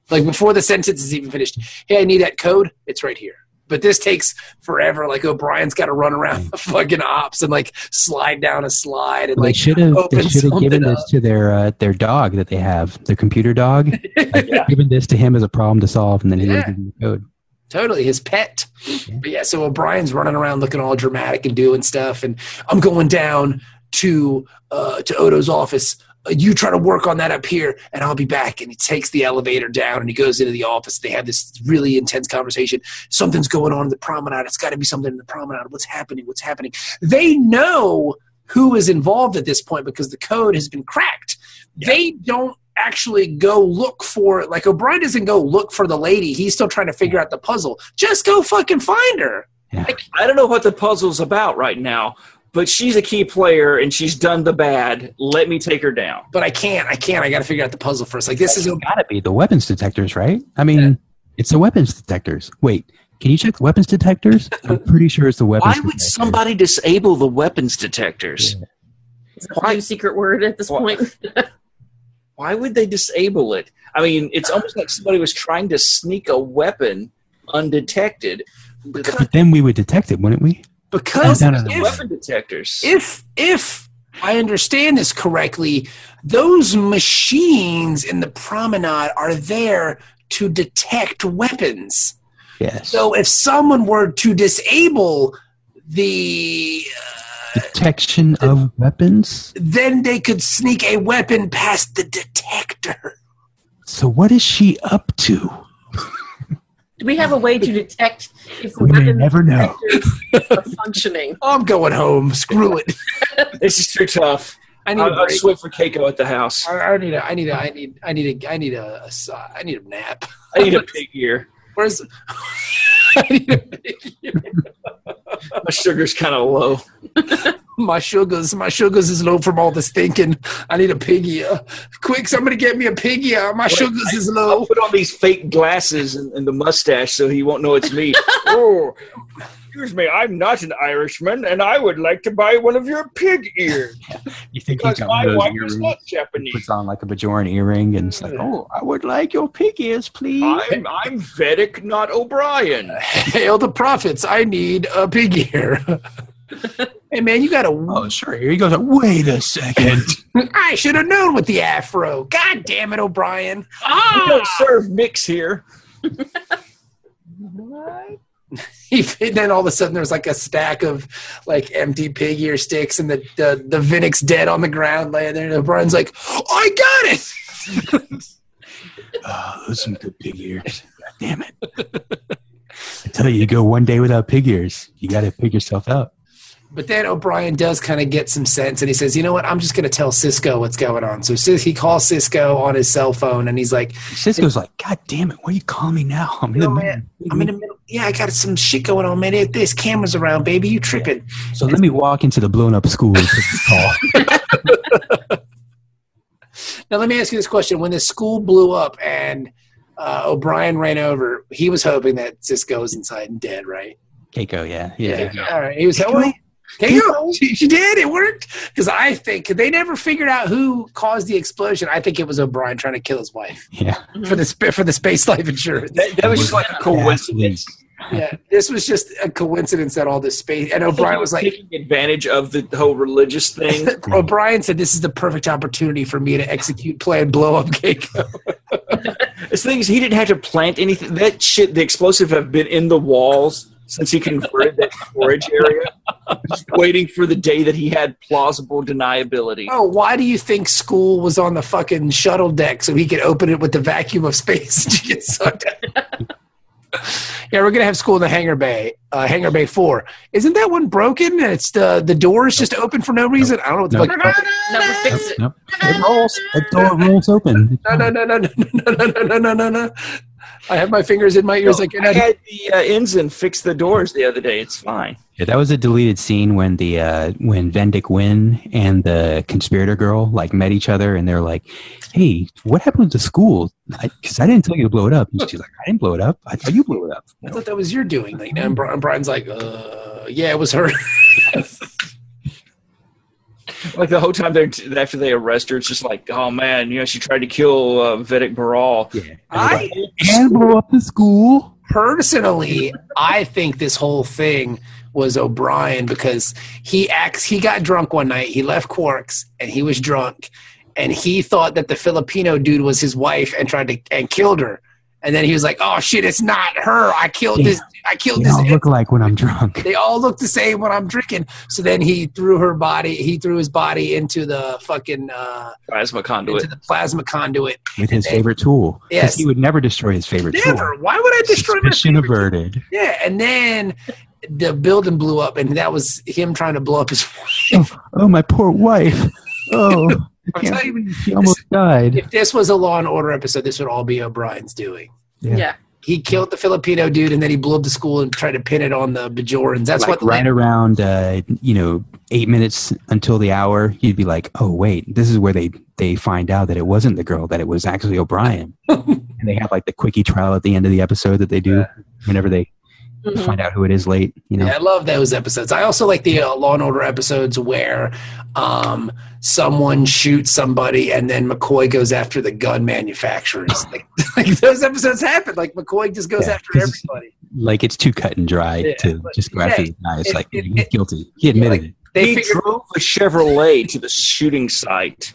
Like before the sentence is even finished. Hey, I need that code. It's right here. But this takes forever. Like O'Brien's got to run around the fucking ops and like slide down a slide and they like should have. They open should have given something up. this to their uh, their dog that they have, their computer dog. Like, Given this to him as a problem to solve, and then he Yeah. was given the code. Totally, his pet. But yeah, so O'Brien's running around looking all dramatic and doing stuff, and I'm going down to uh, to Odo's office. Uh, you try to work on that up here, and I'll be back. And he takes the elevator down, and he goes into the office. They have this really intense conversation. Something's going on in the promenade. It's got to be something in the promenade. What's happening? What's happening? They know who is involved at this point because the code has been cracked. They don't actually go look for like O'Brien doesn't go look for the lady. He's still trying to figure out the puzzle. Just go fucking find her. I don't know what the puzzle's about right now, but she's a key player and she's done the bad. Let me take her down. But I can't. I can't. I got to figure out the puzzle first. Like this is It's gotta be the weapons detectors, right? I mean, it's the weapons detectors. Wait, can you check the weapons detectors? I'm pretty sure it's the weapons. Why would detectors. somebody disable the weapons detectors? Is that the new secret word at this Why- point? Why would they disable it? I mean, it's almost like somebody was trying to sneak a weapon undetected with because, But then we would detect it, wouldn't we? because No, no, no. if, weapon detectors. if if I understand this correctly, those machines in the promenade are there to detect weapons. Yes. So if someone were to disable the Detection of weapons. then they could sneak a weapon past the detector. So what is she up to? Do we have a way to detect if the We may weapon never know. detectors are functioning? I'm going home. Screw it. this is too tough. I need I, a I break. swim for Keiko at the house. I, I need a. I need a. I need. I need a. I need a. a si- I need a nap. I need a pig ear. Where's? I need a, My sugar's kind of low. my sugars. My sugars is low from all this thinking. I need a piggy. Uh, quick, somebody get me a piggy. Uh, my sugars is I'll low. put on these fake glasses and, and the mustache so he won't know it's me. oh, excuse me, I'm not an Irishman, and I would like to buy one of your pig ears You think because my wife is not Japanese. Puts on like a Bajoran earring and it's like, oh, I would like your pig ears, please. I'm I'm Vedic, not O'Brien. Hail the prophets. I need a piggy here. hey man, you got a. oh, sure. Here he goes. Wait a second. I should have known with the afro. God damn it, Ah! O'Brien. We don't serve mix here. then all of a sudden there's like a stack of like empty pig ear sticks and the the, the Vinix dead on the ground laying there and O'Brien's like, I got it. Oh, those are some good pig ears. God damn it. I tell you, you go one day without pig ears. You got to pick yourself up. But then O'Brien does kind of get some sense, and he says, "You know what? I'm just going to tell Cisco what's going on." So Sis- he calls Cisco on his cell phone, and he's like, Cisco's like, God damn it. Why are you calling me now? I'm in the No, middle. "I'm in the middle. Yeah, I got some shit going on, man. If There's cameras around, baby. You tripping?" So let me walk into the blown up school and take this call. Now, let me ask you this question: When the school blew up and uh, O'Brien ran over, he was hoping that Cisco was inside and dead, right? Keiko, yeah. Yeah. All right. He was hoping. There you go. She, she did. It worked. Because I think they never figured out who caused the explosion. I think it was O'Brien trying to kill his wife Yeah. for the sp- for the space life insurance. That, that was just like a coincidence. yeah, this was just a coincidence that all this space. And O'Brien was like, taking advantage of the whole religious thing. O'Brien said, "This is the perfect opportunity for me to execute plan blow up Keiko." It's things he didn't have to plant anything. That shit, the explosive have been in the walls since he converted that storage area, just waiting for the day that he had plausible deniability. Oh, why do you think school was on the fucking shuttle deck so he could open it with the vacuum of space and she gets sucked out? yeah, we're gonna have school in the hangar bay, uh, hangar bay four. Isn't that one broken? And it's the the door is just open for no reason. I don't know what the No. fuck. No, we fixed it. Nope. It rolls. That door rolls open. No, no, no, no, no, no, no, no, no, no, no, no. I have my fingers in my ears. I I cannot had the uh, ensign fix the doors the other day. It's fine. Yeah, that was a deleted scene when the uh, when Vendic Win and the conspirator girl like met each other and they're like, "Hey, what happened to school? Because I, didn't tell you to blow it up." And she's like, "I didn't blow it up. I thought you blew it up." I thought that was your doing. Like, and Bri- and Brian's like, uh, yeah, it was her. Like the whole time they're after they arrest her, it's just like, oh man, you know, she tried to kill uh, Vedic Baral. Yeah, I and blow up the school. personally, I think this whole thing was O'Brien because he acts. He got drunk one night. He left Quarks and he was drunk, and he thought that the Filipino dude was his wife and tried to and killed her. And then he was like, "Oh shit, it's not her. I killed this. I killed You know, this." I look like when I'm drunk. they all look the same when I'm drinking. So then he threw her body. He threw his body into the fucking uh, Plasma into conduit. the plasma conduit. with his favorite tool. 'Cause Yes. he would never destroy his favorite Never. tool. Why would I destroy my Suspicion averted. Yeah, and then the building blew up, and that was him trying to blow up his. Oh, my poor wife. Oh, I I'm can't telling you, believe she almost died. if this was a Law and Order episode, this would all be O'Brien's doing. Yeah. Yeah. He killed the Filipino dude, and then he blew up the school and tried to pin it on the Bajorans. That's That's what the like right around, uh, you know, eight minutes until the hour, you'd be like, oh, wait, this is where they, they find out that it wasn't the girl, that it was actually O'Brien. and they have like the quickie trial at the end of the episode that they do whenever they Mhm. find out who it is late, you know. Mm-hmm. Yeah, I love those episodes. I also like the uh, Law and Order episodes where um, someone shoots somebody and then McCoy goes after the gun manufacturers. like, like those episodes happen. Like McCoy just goes Yeah, after 'cause- everybody. Like it's too cut and dry Yeah, to but- just go after yeah, the guy. It's it- like, it- he's guilty. He admitted it. They he figured, drove a Chevrolet to the shooting site.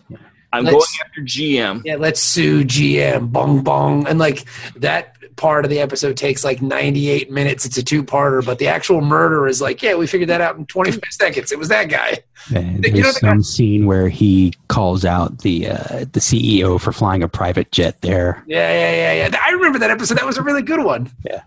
I'm Let's- going after GM. yeah, let's sue GM, bong bong. And like that part of the episode takes like 98 minutes. It's a two parter, but the actual murder is like, yeah, we figured that out in 25 seconds. It was that guy. Uh, You know, there's the some scene where he calls out the uh, the CEO for flying a private jet there. Yeah, yeah, yeah, yeah. I remember that episode. That was a really good one. Yeah.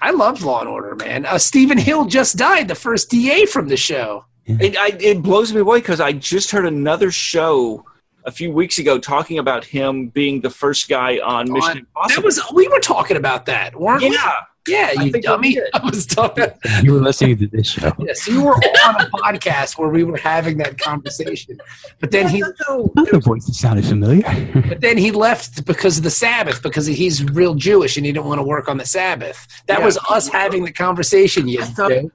I loved Law and Order, man. Uh, Stephen Hill just died, the first DA from the show. It, I, it blows me away because I just heard another show a few weeks ago talking about him being the first guy on Mission That Impossible. was we were talking about that, weren't yeah, we? Yeah, I you think we dummy. did. I was talking. You were listening to this show. Yes, you were on a podcast where we were having that conversation, but then he, Not the voice that sounded familiar. but then he left because of the Sabbath because he's real Jewish and he didn't want to work on the Sabbath. That Yeah. was us having the conversation. You thought- know?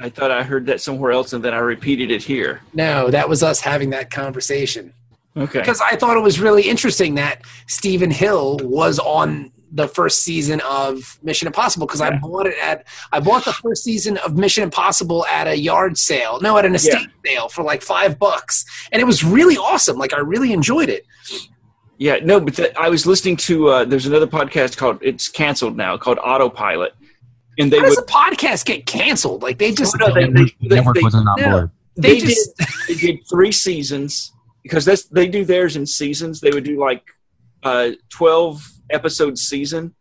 I thought I heard that somewhere else, and then I repeated it here. no, that was us having that conversation. Okay, because I thought it was really interesting that Stephen Hill was on the first season of Mission Impossible because I bought it at I bought the first season of Mission Impossible at a yard sale, no, at an estate sale for like five bucks, and it was really awesome. Like I really enjoyed it. yeah, no, but th- I was listening to. Uh, there's another podcast called "It's Cancelled Now" called Autopilot, and they How does would Oh, a podcast get canceled? Like they just No, The they- network, they- the network they- wasn't on no. board. they, they just they did three seasons because that's they do theirs in seasons. They would do like uh, twelve episode season,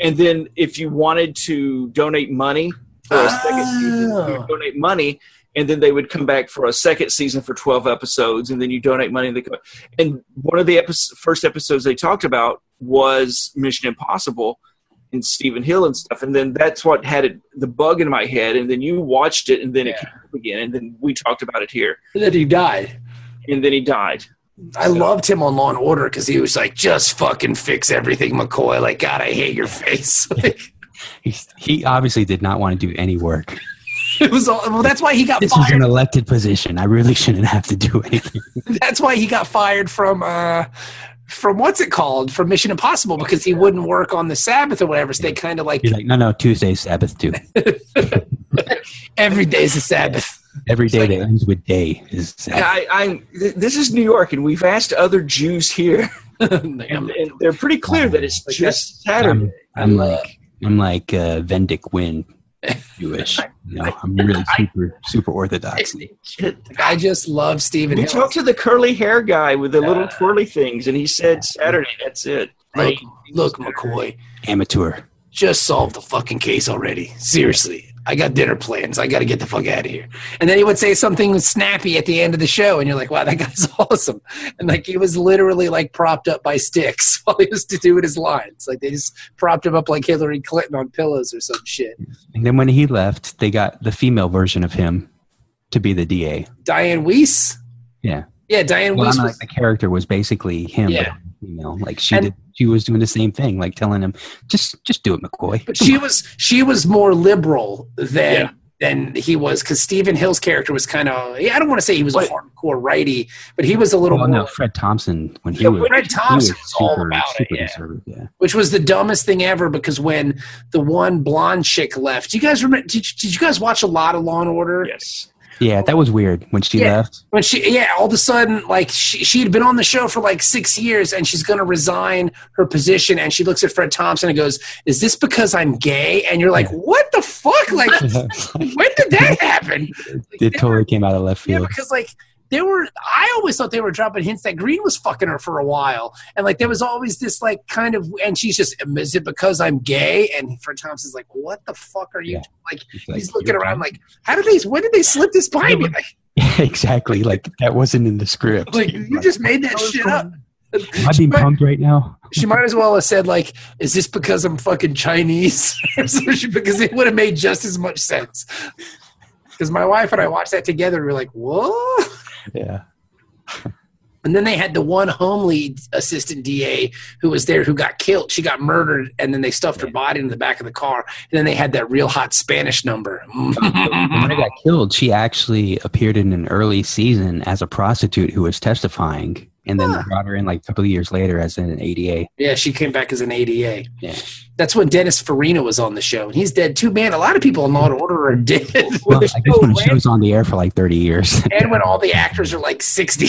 and then if you wanted to donate money for a second season, you Oh. would donate money, and then they would come back for a second season for twelve episodes, and then you donate money. And, they come back. and one of the episodes, first episodes they talked about was Mission Impossible. And Stephen Hill and stuff, and then that's what had it the bug in my head, and then you watched it, and then it Yeah. came up again, and then we talked about it here that he died. and then he died. I loved him on Law and Order because he was like, just fucking fix everything, McCoy. Like, God, I hate your face. Like, He, he obviously did not want to do any work. it was all, well. That's why he got This is fired. an elected position. I really shouldn't have to do anything. That's why he got fired from uh, from what's it called from Mission Impossible because he wouldn't work on the Sabbath or whatever. So they kind of like He's like, no, no, Tuesday's Sabbath too. every day's a Sabbath. Every day that ends with day is Sabbath. I, I th- this is New York, and we've asked other Jews here, and, Damn. and they're pretty clear that it's Like just Saturday. I'm, I'm like I'm like uh, Vendic Win Jewish. You know, I'm really super super orthodox. I just love Stephen We Hill. talked to the curly hair guy with the little twirly things, and he said Saturday. That's it. Look, look, McCoy, Amateur. just solve the fucking case already. Seriously. I got dinner plans. I got to get the fuck out of here. And then he would say something snappy at the end of the show, and you're like, wow, that guy's awesome. And like, he was literally like propped up by sticks while he was to do his lines. Like, they just propped him up like Hillary Clinton on pillows or some shit. And then when he left, they got the female version of him to be the DA. Diane Weiss? Yeah. Yeah, Diane Well, Weiss. I'm like Was, the character was basically him, Yeah. but female. Like she And- did, she was doing the same thing, like telling him, just just do it, McCoy. but she was she was more liberal than Yeah. than he was because Stephen Hill's character was kind of yeah, I don't want to say he was Wait. a hardcore righty, but he was a little Well, more Oh, no, Fred Thompson when he Yeah, was. Fred he Thompson was all about it, super yeah. conservative, yeah. which was the dumbest thing ever because when the one blonde chick left, do you guys remember? Did, did you guys watch a lot of Law and Order? Yes. Yeah, that was weird when she Yeah. left. When she, yeah, all of a sudden, like she, she'd been on the show for like six years and she's going to resign her position. And she looks at Fred Thompson and goes, Is this because I'm gay? And you're like, What the fuck? Like, when did that happen? Like, it they totally came out of left Yeah, field. because like they were, I always thought they were dropping hints that Green was fucking her for a while, and like there was always this like kind of, and she's just, is it because I'm gay? And Fred Thompson's like, what the fuck are you? Yeah. Like It's like, he's looking you're- around like, how did they? When did they slip this by me? Like, exactly. Like that wasn't in the script. like you just made that shit up. Am I being punked right now? She might as well have said like, "Is this because I'm fucking Chinese?" Or some shit, because it would have made just as much sense. Because my wife and I watched that together, and we were like, "Whoa!" Yeah. And then they had the one homely assistant DA who was there who got killed. She got murdered, and then they stuffed her body in the back of the car. And then they had that real hot Spanish number. When I got killed, she actually appeared in an early season as a prostitute who was testifying, and then they brought her in like a couple of years later as an ADA. yeah, she came back as an ADA. Yeah. That's when Dennis Farina was on the show, and he's dead too. Man, a lot of people in Law and Order are dead. Well, I guess when the show's on the air for like thirty years. and when all the actors are like 60.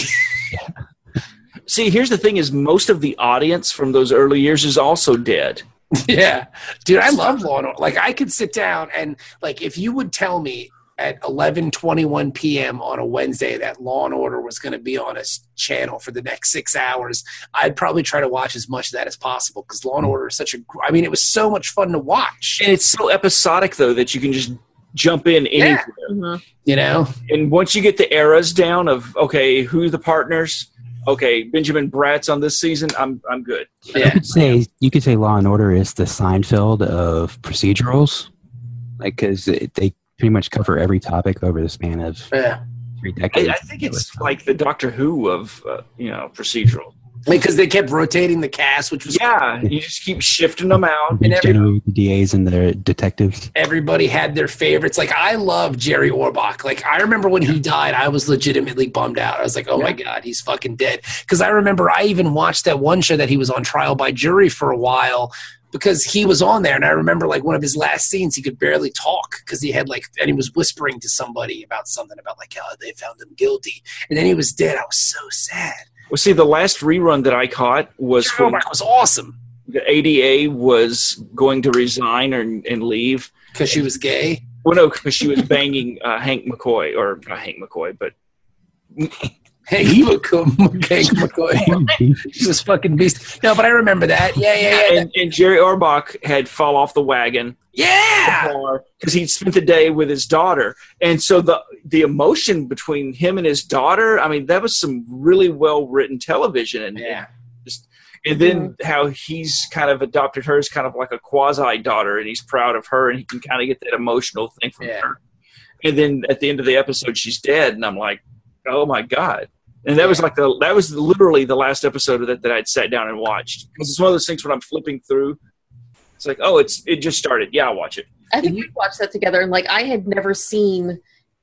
See, here's the thing: is most of the audience from those early years is also dead. Yeah, dude, I love Law and Order. Like, I could sit down and like if you would tell me at eleven twenty one p.m. on a Wednesday that Law and Order was going to be on a s- channel for the next six hours, I'd probably try to watch as much of that as possible because Law and Order is such a. gr- I mean, it was so much fun to watch. And it's so episodic though that you can just jump in anywhere. Mhm. You know, and once you get the eras down of okay, who's the partners? Okay, Benjamin Bratt's on this season. I'm I'm good. You yeah, could say you could say Law and Order is the Seinfeld of procedurals, like because they pretty much cover every topic over the span of yeah. three I, decades. I think it's like the Doctor Who of uh, you know procedural. Because they kept rotating the cast, which was Yeah, you just keep shifting them out. They and every- generate the DAs and their detectives. everybody had their favorites. Like I love Jerry Orbach. Like I remember when he died, I was legitimately bummed out. I was like, oh my god, he's fucking dead. Because I remember I even watched that one show that he was on trial by jury for a while because he was on there and i remember like one of his last scenes he could barely talk because he had like and he was whispering to somebody about something about like oh they found him guilty and then he was dead i was so sad Well, see, the last rerun that I caught was jerry when orbach was awesome the ADA was going to resign and, and leave, because she was gay. Well, no, because she was banging uh, Hank McCoy, or not Hank McCoy, but Hank McCoy, Hank Oh, McCoy. She was fucking beast. No, but I remember that. Yeah, yeah, yeah. and, and Jerry Orbach had fall off the wagon yeah. because he'd spent the day with his daughter, and so the the emotion between him and his daughter. I mean, that was some really well written television, and Yeah. and then how he's kind of adopted her as kind of like a quasi daughter, and he's proud of her, and he can kind of get that emotional thing from Yeah. her. And then at the end of the episode, she's dead, and I'm like, oh my god. And that was like the that was literally the last episode of that that I'd sat down and watched because it's one of those things when I'm flipping through, it's like oh it's it just started yeah I'll watch it I think we watched that together, and like I had never seen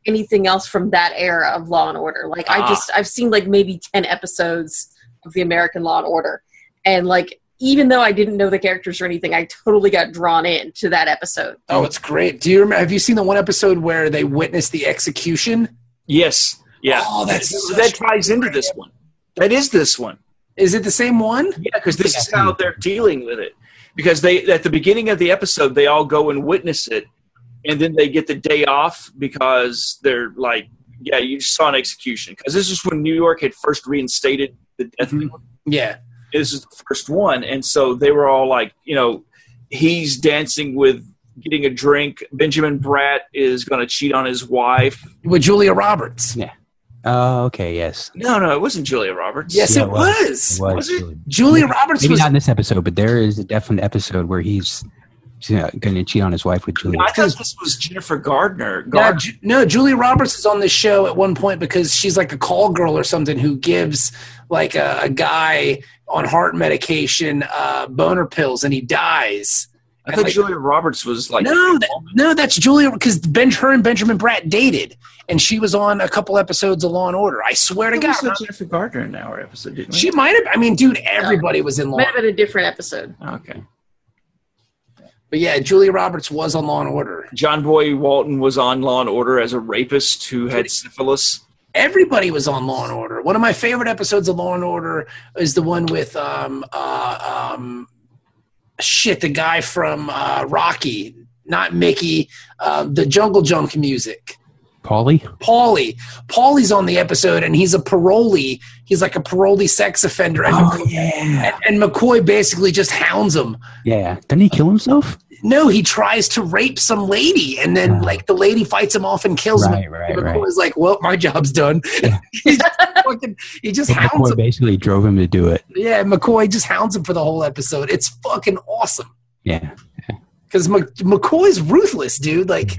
anything else from that era of Law and Order. Like I Ah. just I've seen like maybe ten episodes of the American Law and Order, and like even though I didn't know the characters or anything, I totally got drawn in to that episode. Oh, it's great. Do you remember? Have you seen the one episode where they witness the execution? Yes. Yeah. Oh, that's such that ties into this one. That is this one. Is it the same one? Yeah, because this is how they're dealing with it. Because they at the beginning of the episode they all go and witness it, and then they get the day off because they're like, yeah, you just saw an execution. Because this is when New York had first reinstated the death penalty. Yeah. this is the first one and so they were all like you know he's dancing with getting a drink benjamin bratt is going to cheat on his wife With Julia Roberts. Oh, okay. Yes. no no it wasn't julia roberts Yes, Yeah, it it was. It was, Was it? really- Julia Roberts Maybe was. not in this episode, but there is a definite episode where he's you know, going to cheat on his wife with Julia. I thought this was Jennifer Gardner. No, Gardner. Ju- no, Julia Roberts is on this show at one point because she's like a call girl or something who gives like a, a guy on heart medication uh, boner pills and he dies. I thought like- Julia Roberts was like. no, that, no, that's Julia because ben, her and Benjamin Bratt dated, and she was on a couple episodes of Law and Order. I swear to I God, saw Jennifer Gardner in our episode, didn't we? she might have. I mean, dude, everybody was in Law. Might have been a different episode. Ah, okay. But yeah, Julia Roberts was on Law and Order. John Boy Walton was on Law and Order as a rapist who had syphilis. Everybody was on Law and Order. One of my favorite episodes of Law and Order is the one with um uh um shit the guy from uh, Rocky, not Mickey, uh, the Jungle Junk music. Paulie? Paulie. Paulie's on the episode, and he's a parolee. He's like a parolee sex offender, and, McCoy, Oh, yeah. and McCoy basically just hounds him. Yeah. Didn't he kill himself? No, he tries to rape some lady, and then Wow. like the lady fights him off and kills him. Right, right, McCoy right. was like, "Well, my job's done." Yeah. he just fucking, he just hounds McCoy him. basically drove him to do it. Yeah, McCoy just hounds him for the whole episode. It's fucking awesome Yeah. because McCoy's ruthless, dude. Like,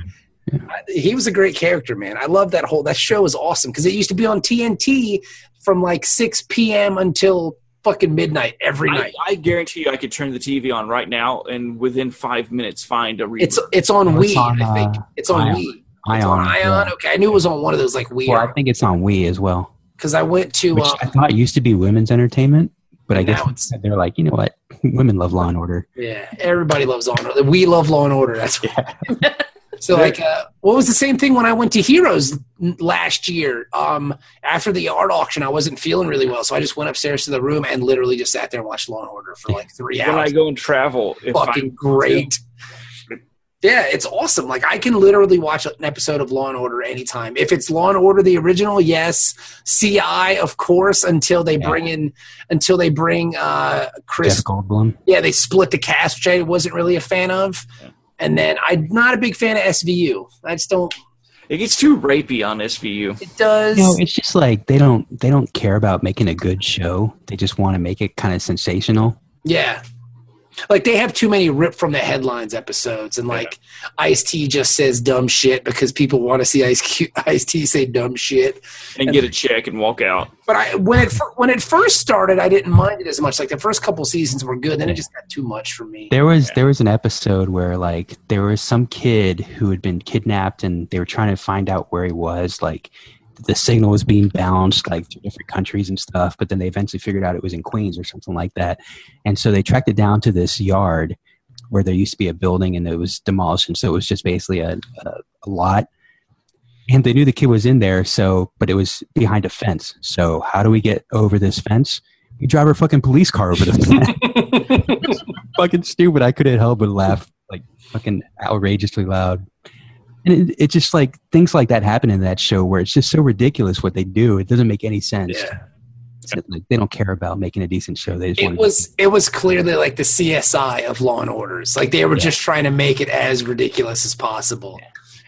I- he was a great character, man. I love that whole that show was awesome because it used to be on TNT from like 6 p.m. until fucking midnight every I, night. I guarantee you, I could turn the TV on right now and within five minutes find a. Reboot. It's it's on It's Wii, on, I think. uh, It's on Ion. Wii. Ion. It's on Ion. yeah. Okay, I knew it was on one of those like Well, I Wii think it's on Wii as well, because I went to. which Uh, I thought used to be women's entertainment, but I Now guess it's- they're like, you know what? Women love Law and Order. yeah, everybody loves Law and Order. We love Law and Order. That's why. so like, uh, what was the same thing when I went to Heroes n- last year? Um, after the art auction, I wasn't feeling really well, so I just went upstairs to the room and literally just sat there and watched Law and Order for like three when I hours. go and travel, if I Fucking great. Yeah, it's awesome. Like I can literally watch an episode of Law and Order anytime. If it's Law and Order the original, yes. CI, of course, until they Yeah. bring in until they bring uh Chris Jeff Goldblum. yeah, they split the cast, which I wasn't really a fan of. And then I'm not a big fan of SVU. I just don't. It gets too rapey on SVU. It does. No, it's just like they don't they don't care about making a good show. They just want to make it kind of sensational. yeah. Like they have too many rip from the headlines episodes, and like Ice T just says dumb shit because people want to see Ice Ice T say dumb shit. and get a check and walk out. But I when it fir- when it first started, I didn't mind it as much. Like the first couple seasons were good, then it just got too much for me. There was there was an episode where like there was some kid who had been kidnapped and they were trying to find out where he was. Like the signal was being bounced like through different countries and stuff, but then they eventually figured out it was in Queens or something like that. And so they tracked it down to this yard where there used to be a building and it was demolished, and so it was just basically a, a, a lot. And they knew the kid was in there, so but it was behind a fence. So how do we get over this fence? We drive our fucking police car over the fence fucking stupid. I couldn't help but laugh like fucking outrageously loud. And it, it's just like things like that happen in that show where it's just so ridiculous what they do. It doesn't make any sense. Yeah. It's like they don't care about making a decent show. They just It want was it was clearly like the CSI of Law and Orders. Like they were just trying to make it as ridiculous as possible.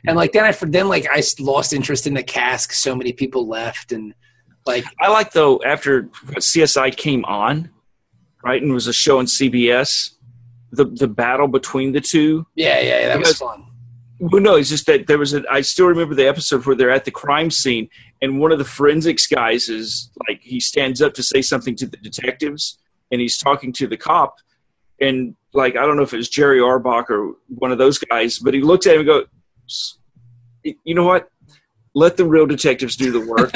And like then I for then like I s- lost interest in the cast. 'cause So many people left, and like I like though after CSI came on, right, and was a show on CBS, the the battle between the two. yeah, yeah, yeah that was fun. Well, no, it's just that there was a. I still remember the episode where they're at the crime scene, and one of the forensics guys is like he stands up to say something to the detectives, and he's talking to the cop, and like I don't know if it was Jerry Arbach or one of those guys, but he looked at him and goes, "You know what? Let the real detectives do the work."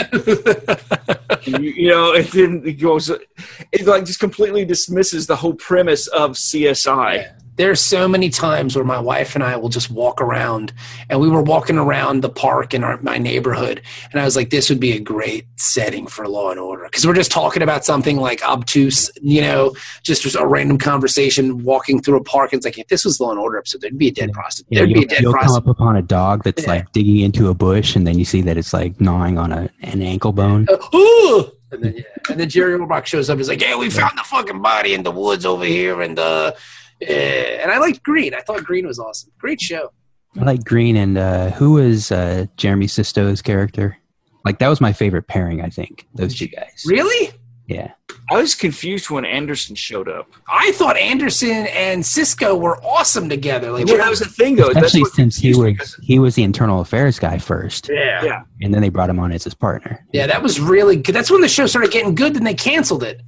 And you, you know, and then he goes, it like just completely dismisses the whole premise of CSI. There are so many times where my wife and I will just walk around, and we were walking around the park in our, my neighborhood, and I was like, "This would be a great setting for Law and Order," because we're just talking about something like obtuse, you know, just, just a random conversation walking through a park. And it's like, if this was Law and Order episode, there'd be a dead prostitute. You know, There'd be a you'll, dead you'll come prostitute. up upon a dog that's Yeah. like digging into a bush, and then you see that it's like gnawing on a, an ankle bone. Ooh! And then, yeah. and then Jerry Orbach shows up. He's like, "Yeah, we found the fucking body in the woods over here." And uh, eh." and I liked Green. I thought Green was awesome. Great show. I like Green and uh, who was uh, Jeremy Sisto's character? Like that was my favorite pairing. I think those two guys. Really? Yeah, I was confused when Anderson showed up. I thought Anderson and Cisco were awesome together. Like, Well, that was the thing though. That's especially what since he confused me, was 'cause he was the internal affairs guy first, yeah. Yeah. and then they brought him on as his partner. Yeah, that was really good. That's when the show started getting good, then they canceled it.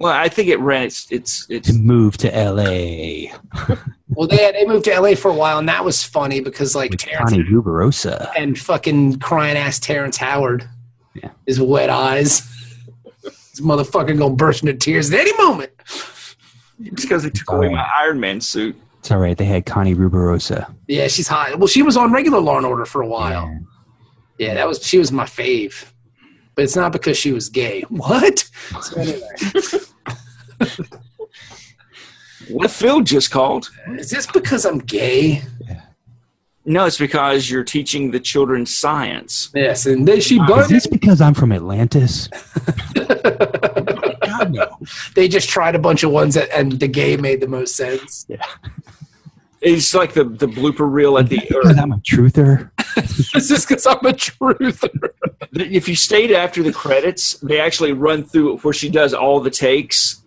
Well, I think it ran. It's it's it's. To move to L.A. Well, they they moved to LA for a while, and that was funny because like with Terrence Connie Ruberosa. and fucking crying ass Terrence Howard, Yeah. his wet eyes, this motherfucker gonna burst into tears at any moment. It's because they took away my Iron Man suit. It's all right. They had Connie Ruberosa. Yeah, she's hot. Well, she was on regular Law and Order for a while. Yeah. Yeah, that was she was my fave, but it's not because she was gay. What? So anyway, What Phil just called? is this because I'm gay? No, it's because you're teaching the children science. Yes, and then she Is burned. this because I'm from Atlantis? God no. They just tried a bunch of ones that, and the gay made the most sense. It's like the the blooper reel at the. Because Or I'm a truther. Is this because I'm a truther? if you stayed after the credits, they actually run through where she does all the takes.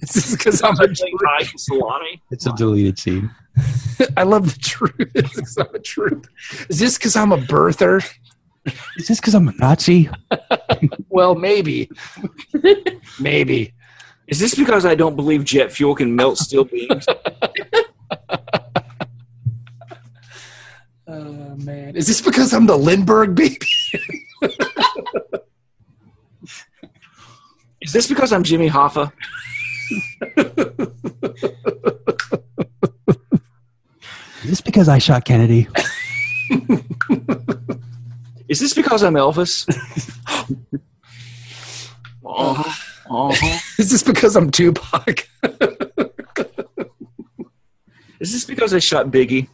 Is this because I'm a Like truther? Ty and Solani. It's a deleted scene. I love the truth. Is this 'cause I'm a truth? Is this because I'm a birther? Is this because I'm a Nazi? Well, maybe, maybe. Is this because I don't believe jet fuel can melt steel beams? Oh man, is this because I'm the Lindbergh baby? Is this because I'm Jimmy Hoffa? Is this because I shot Kennedy? Is this because I'm Elvis? Uh-huh, uh-huh. Is this because I'm Tupac? Is this because I shot Biggie?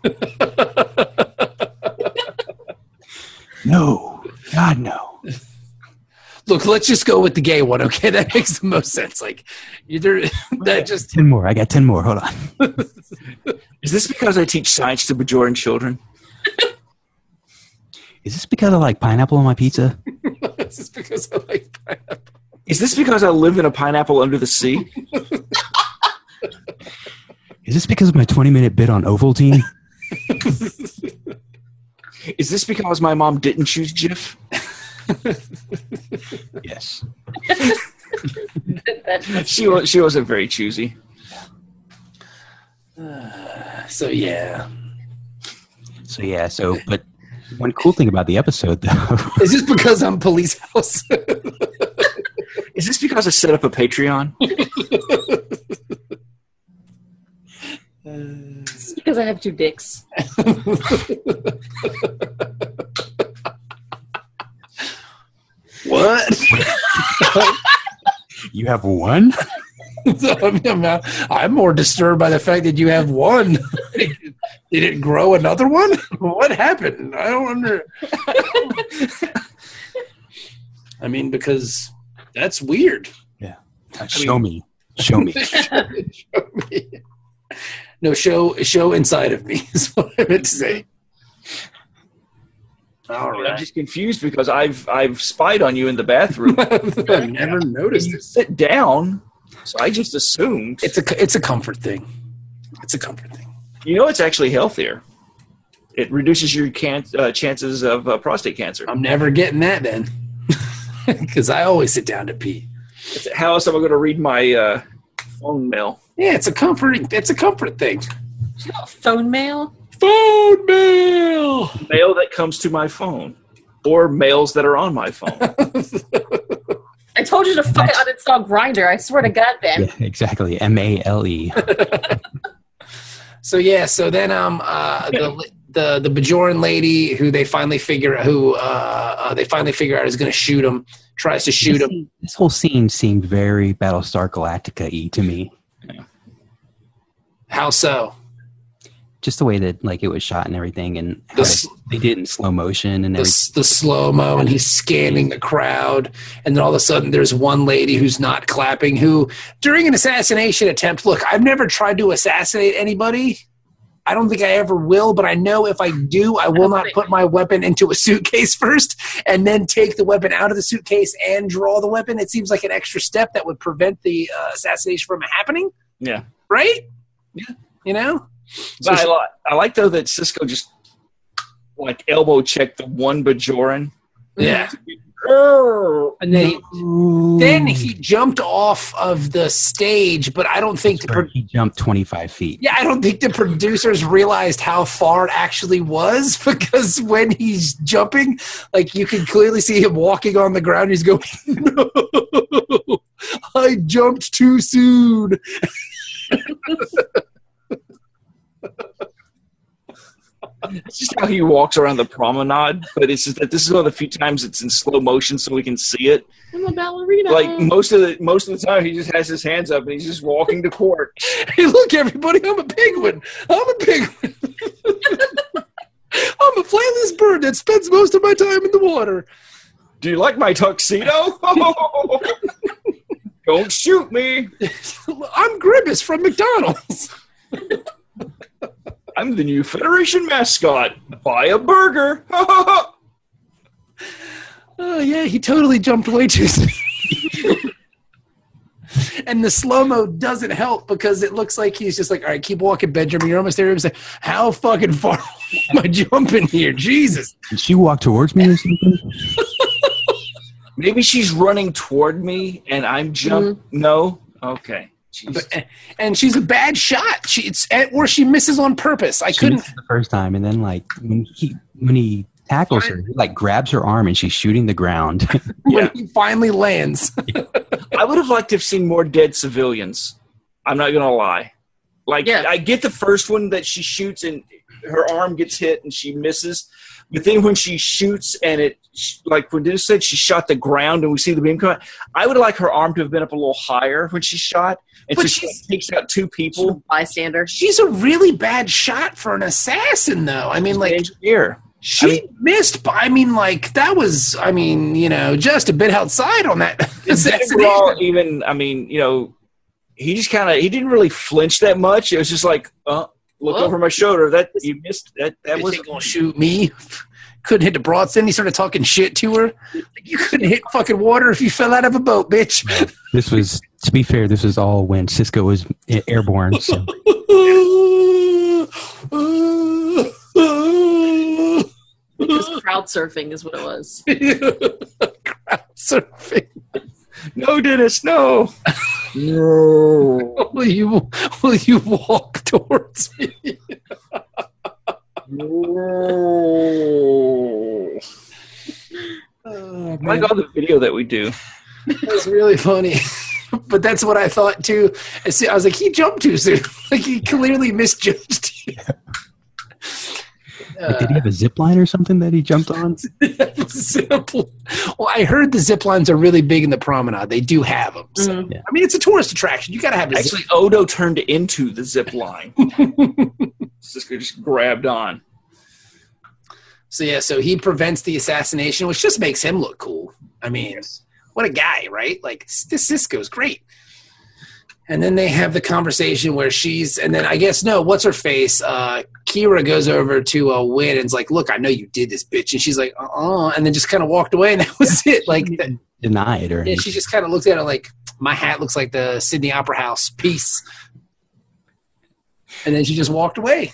No. God, no. Look, let's just go with the gay one, okay? That makes the most sense. Like, either that just 10 more. I got 10 more. Hold on. Is this because I teach science to Bajoran children? Is this because I like pineapple on my pizza? this is because I like pineapple. Is this because I live in a pineapple under the sea? Is this because of my 20 minute bit on Ovaltine? Is this because my mom didn't choose Jif? yes. That's- She wa- she wasn't very choosy. So yeah, So, yeah. So, but one cool thing about the episode, though, is this because I'm police house? Is this because I set up a Patreon? It's because I have two dicks. what? you have one? I mean, I'm, not- I'm more disturbed by the fact that you have one. they didn't grow another one. What happened? I don't under. I mean, because that's weird. Show me. Show me. no, show show inside of me is what I meant to say. All I'm right. just confused because I've I've spied on you in the bathroom. I've never noticed you this. sit down, so I just assumed. It's a it's a comfort thing. It's a comfort thing. You know, it's actually healthier. It reduces your can- uh, chances of uh, prostate cancer. I'm never getting that then, because I always sit down to pee. It's- How else am I going to read my uh, phone mail? Yeah, it's a comforting. It's a comfort thing. Phone mail? Phone mail. Mail that comes to my phone, or mails that are on my phone. I told you to fucking uninstall Grinder. I swear to God, Ben. Yeah, exactly. M A L E. So yeah, so then um uh the the the Bajoran lady who they finally figure who uh, uh they finally figure out is going to shoot him tries to shoot him. This whole scene seemed very Battlestar Galactica y to me. How so? Just the way that like it was shot and everything, and how The they, s- they did in slow motion and The everything. s- the slow mo and he's scanning the crowd, and then all of a sudden there's one lady who's not clapping who during an assassination attempt. Look, I've never tried to assassinate anybody. I don't think I ever will, but I know if I do, I will don't not think- put my weapon into a suitcase first and then take the weapon out of the suitcase and draw the weapon. It seems like an extra step that would prevent the uh, assassination from happening. Yeah. Right? Yeah. You know? So But I, she- li- I like though that Cisco just like elbow checked the one Bajoran. Yeah. Oh, And then, he- then he jumped off of the stage, but I don't think the pro- he jumped 25 feet. Yeah, I don't think the producers realized how far it actually was because when he's jumping, like you can clearly see him walking on the ground. He's going, "No, I jumped too soon." It's just how he walks around the promenade, but it's just that this is one of the few times it's in slow motion so we can see it. I'm a ballerina. Like most of the most of the time, he just has his hands up and he's just walking to court. Hey, look, everybody! I'm a penguin. I'm a penguin. I'm a flightless bird that spends most of my time in the water. Do you like my tuxedo? Don't shoot me. I'm Grimace from McDonald's. I'm the new Federation mascot. Buy a burger. Oh yeah, he totally jumped way too soon. and the slow mo doesn't help because it looks like he's just like, all right, keep walking, Benjamin. You're almost there. He's like, how fucking far am I jumping here? Jesus. Did she walk towards me or something? Maybe she's running toward me and I'm jump. No. Okay. Jeez. But, and she's a bad shot. She it's or she misses on purpose. I She couldn't. missed it the first time, and then like when he when he tackles her, he like grabs her arm and she's shooting the ground. When he finally lands, I would have liked to have seen more dead civilians. I'm not gonna lie. Like Yeah. I get the first one that she shoots and her arm gets hit and she misses, but then when she shoots and it sh- like when Dennis said she shot the ground and we see the beam come out, I would like her arm to have been up a little higher when she shot, and But so she she's- like, takes out two people. bystander. she's a really bad shot for an assassin, though. I mean, like engineer. she I mean- missed. By, I mean, like that was. I mean, you know, just a bit outside on that assassination. Overall, even I mean, you know, he just kind of he didn't really flinch that much. It was just like, uh, look Well- over my shoulder. That you missed. That that Bitch was ain't gonna shoot me. Couldn't hit the broad. Then he started talking shit to her. Like, You couldn't hit fucking water if you fell out of a boat, bitch. this was, to be fair, this was all when Cisco was a- airborne. So Just crowd surfing is what it was. Crowd surfing. No, Dennis, no. no. Will you will you walk towards me? Oh, I man, like all the video that we do. that was really funny. But that's what I thought too. I see- I was like, he jumped too soon. Like he clearly misjudged you. Like, uh, did he have a zip line or something that he jumped on? Simple. Well, I heard the zip lines are really big in the promenade. They do have them. So. Mhm. I mean, it's a tourist attraction. You got to have a zip- Actually, Odo turned into the zip line. just, just grabbed on. So yeah, so he prevents the assassination, which just makes him look cool. I mean, what a guy, right? Like s- this Cisco's great. And then they have the conversation where she's, and then I guess no, what's her face? Uh, Kira goes over to uh, Win and's like, "Look, I know you did this, bitch," and she's like, "Uh," uh and then just kind of walked away, and that was it. Like, that, Denied or yeah, she just kind of looked at her like, "My hat looks like the Sydney Opera House piece," and then she just walked away.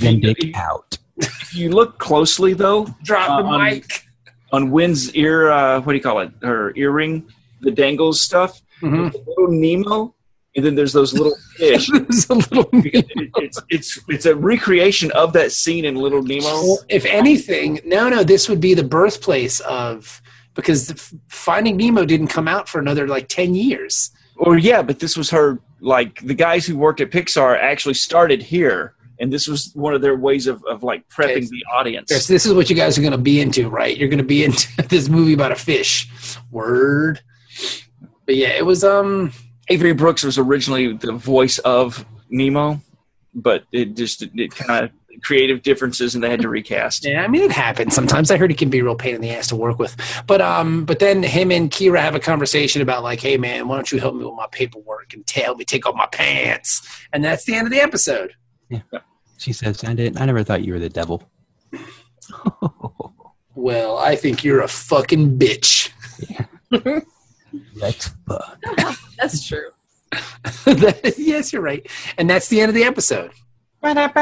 then dick out. If you look closely, though, Uh, Drop the Um, mic. on Wynn's ear, uh, what do you call it? Her earring, the dangles stuff. Mhm. there's a Little Nemo, and then there's those little fish. It was a little It- it's it's it's a recreation of that scene in Little Nemo. Well, if anything, no, no, this would be the birthplace of because the, F- Finding Nemo didn't come out for another like ten years. Or yeah, but this was her. Like the guys who worked at Pixar actually started here, and this was one of their ways of, of like prepping Okay. the audience. So this is what you guys are going to be into, right? You're going to be into this movie about a fish. Word. But yeah, it was um. Avery Brooks was originally the voice of Nemo, but it just it kind of creative differences, and they had to recast. Yeah, I mean it happens sometimes. I heard it can be a real pain in the ass to work with. But um, but then him and Kira have a conversation about like, hey man, why don't you help me with my paperwork and help me take off my pants? And that's the end of the episode. She says, "I didn't. I never thought you were the devil." Well, I think you're a fucking bitch. Let's fuck. That's true. That- yes, you're right. And that's the end of the episode. I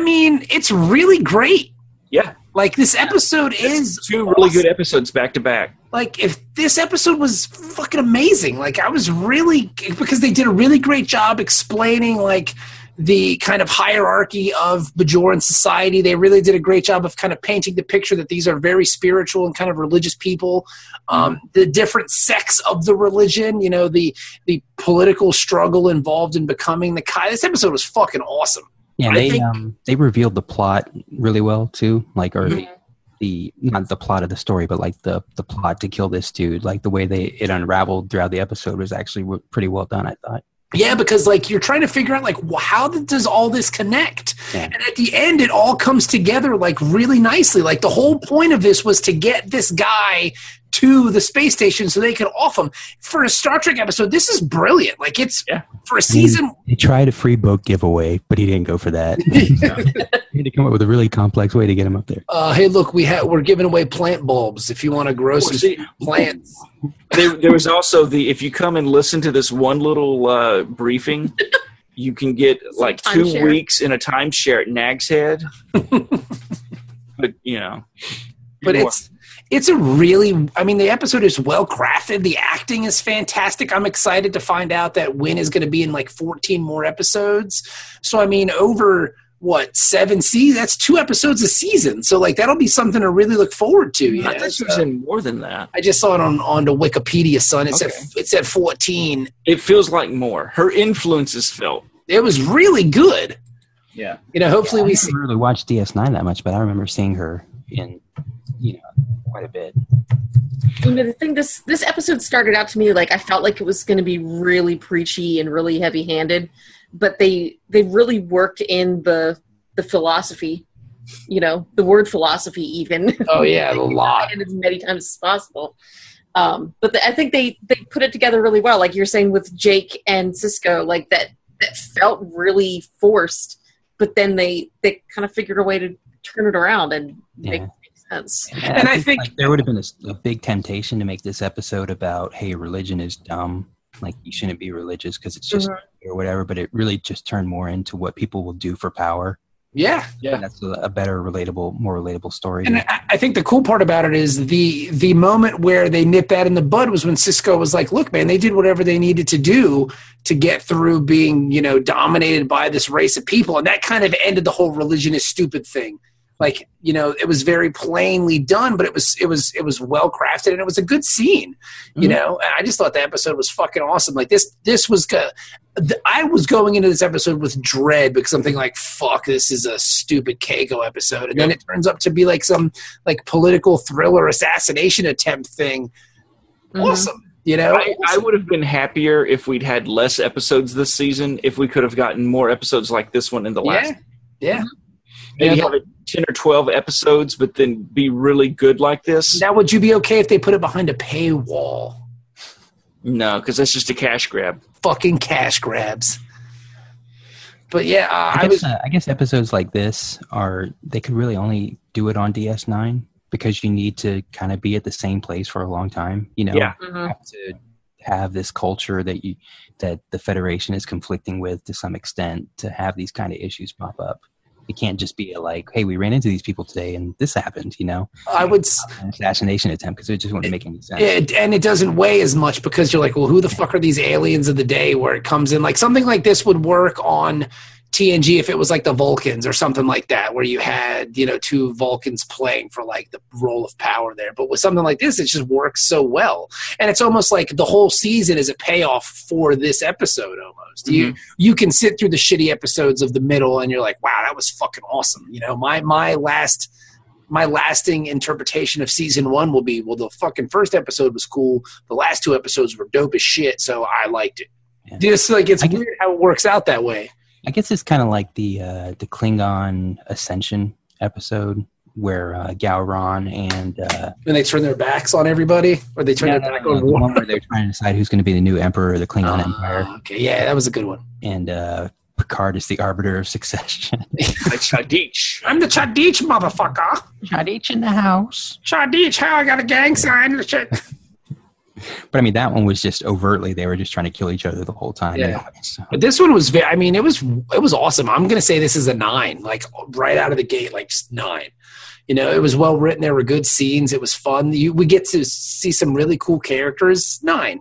mean, it's really great. Yeah. Like this episode is Two really awesome. good episodes back to back. Like if this episode was fucking amazing. Like I was really because they did a really great job explaining like the kind of hierarchy of Bajoran society. They really did a great job of kind of painting the picture that these are very spiritual and kind of religious people. Um, the different sects of the religion, you know, the the political struggle involved in becoming the Kai. This episode was fucking awesome. Yeah, I they think- um, they revealed the plot really well too. Like, or Mhm. Mm-hmm. the not the plot of the story, but like the the plot to kill this dude. Like the way they it unraveled throughout the episode was actually w- pretty well done. I thought. Yeah, because like you're trying to figure out like wh- how th- does all this connect? Yeah. And at the end it all comes together like really nicely. Like the whole point of this was to get this guy to the space station so they could off him. For a Star Trek episode, this is brilliant. Like it's Yeah. for a season He tried a free boat giveaway, but he didn't go for that. he had to come up with a really complex way to get him up there. uh, hey look, we have we're giving away plant bulbs if you want to grow some See, plants. there, there was also the if you come and listen to this one little uh, briefing, you can get like two timeshare. weeks in a timeshare at Nag's Head. but you know, but Sure. it's it's a really i mean the episode is well crafted the acting is fantastic i'm excited to find out that win is going to be in like 14 more episodes so i mean over what seven seasons that's two episodes a season so like that'll be something to really look forward to you I know? thought she was So- in more than that. I just saw it on on the wikipedia son it Okay. said it said 14 It feels like more. Her influence is felt. it was really good Yeah. you know hopefully I we didn't see really watch DS9 that much, but I remember seeing her in you know quite a bit. You know, the thing this this episode started out to me like I felt like it was going to be really preachy and really heavy handed, but they they really worked in the the philosophy, you know, the word philosophy even oh yeah a lot and as many times as possible. Um, but the, I think they they put it together really well, like you're saying with Jake and Cisco, like that that felt really forced, but then they they kind of figured a way to turn it around and make Yeah. it make sense. And I think- like, there would have been a s- a, big temptation to make this episode about hey, religion is dumb, like you shouldn't be religious because it's just Mm-hmm. or whatever. But it really just turned more into what people will do for power. yeah Yeah. And that's a, a better relatable, more relatable story. And I, I think the cool part about it is the the moment where they nipped that in the bud was when Cisco was like, "Look, man, they did whatever they needed to do to get through being, you know, dominated by this race of people," and that kind of ended the whole religion is stupid thing. like you know it was very plainly done but it was it was it was well crafted and it was a good scene you Mm-hmm. Mhm. know and i just thought the episode was fucking awesome like this this was go- th- i was going into this episode with dread because i'm thinking like fuck this is a stupid keiko episode and then it turns up to be like some like political thriller assassination attempt thing Oh, awesome you know Mm-hmm. I, I would have been happier if we'd had less episodes this season. If we could have gotten more episodes like this one in the last, Mm-hmm. yeah yeah maybe Yeah. have it ten or twelve episodes, but then be really good like this. now would you be okay if they put it behind a paywall No, because that's just a cash grab. fucking cash grabs but yeah uh, I, I was guess, uh, I guess episodes like this are they could really only do it on DS9 because you need to kind of be at the same place for a long time. You know, Yeah. Mhm. You have to have this culture that you that the Federation is conflicting with to some extent to have these kind of issues pop up. It can't just be a, like, hey, we ran into these people today and this happened. You know, I would s- an assassination attempt because it just wouldn't make any sense. it, and it doesn't weigh as much because you're like, well, who the fuck are these aliens of the day? Where it comes in like something like this would work on TNG if it was like the Vulcans or something like that, where you had you know two Vulcans playing for like the role of power there. But with something like this, it just works so well, and it's almost like the whole season is a payoff for this episode almost. You Mm-hmm. you can sit through the shitty episodes of the middle, and you're like, wow, that was fucking awesome. You know, my my last my lasting interpretation of season one will be well the fucking first episode was cool the last two episodes were dope as shit so i liked it Yeah. just like it's I guess- weird how it works out that way I guess it's kind of like the uh, the Klingon Ascension episode where uh, Gowron and uh, when they turn their backs on everybody or they turn No, their no, back no, on the war one where they're trying to decide who's going to be the new emperor of the Klingon Empire, Ah, okay yeah that was a good one and uh, Picard is the arbiter of succession. Like Shadich. i'm the chadich motherfucker Chadich in the house. chadich how i got a gang sign and shit But I mean, that one was just overtly they were just trying to kill each other the whole time. Yeah. anyway, so. But this one was very, I mean, it was, it was awesome. I'm going to say this is a nine, like right out of the gate, like just nine. You know, it was well written. There were good scenes. It was fun. You, we get to see some really cool characters. Nine.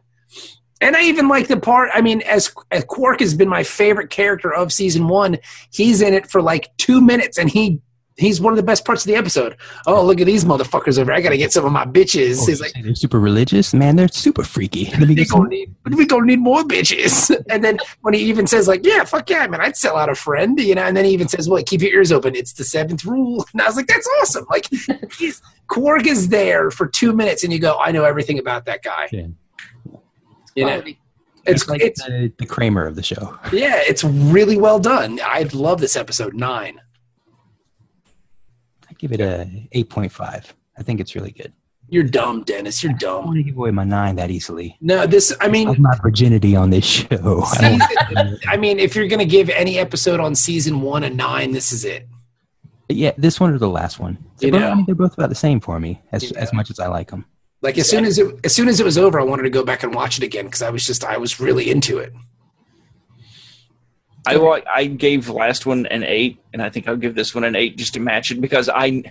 And I even like the part, I mean, as, as Quark has been my favorite character of season one, he's in it for like two minutes and he, he's one of the best parts of the episode. Oh, look at these motherfuckers over. here. I got to get some of my bitches. Oh, he's you like, say they're super religious, man. They're super freaky. Let me we get gonna some- need we gonna need more bitches. And then when he even says like, yeah, fuck yeah, man, I'd sell out a friend, you know. And then he even says, well, keep your ears open. It's the seventh rule. And I was like, that's awesome. Like, he's Korg is there for two minutes, and you go, I know everything about that guy. Yeah. You know, Quality. it's like it's the, the Kramer of the show. yeah, it's really well done. I love this episode nine. I give it a eight point five. I think it's really good. You're dumb, Dennis. You're I don't dumb. want to give away my nine that easily. No, this. I mean, of my virginity on this show. I don't- season- I mean, if you're gonna give any episode on season one a nine, this is it. but yeah, this one or the last one. They're, You both, know. I mean, they're both about the same for me, as You as much as I like them. Like as soon as it as soon as it was over, I wanted to go back and watch it again because I was just I was really into it. I wa- I gave last one an eight, and I think I'll give this one an eight just to match it because I,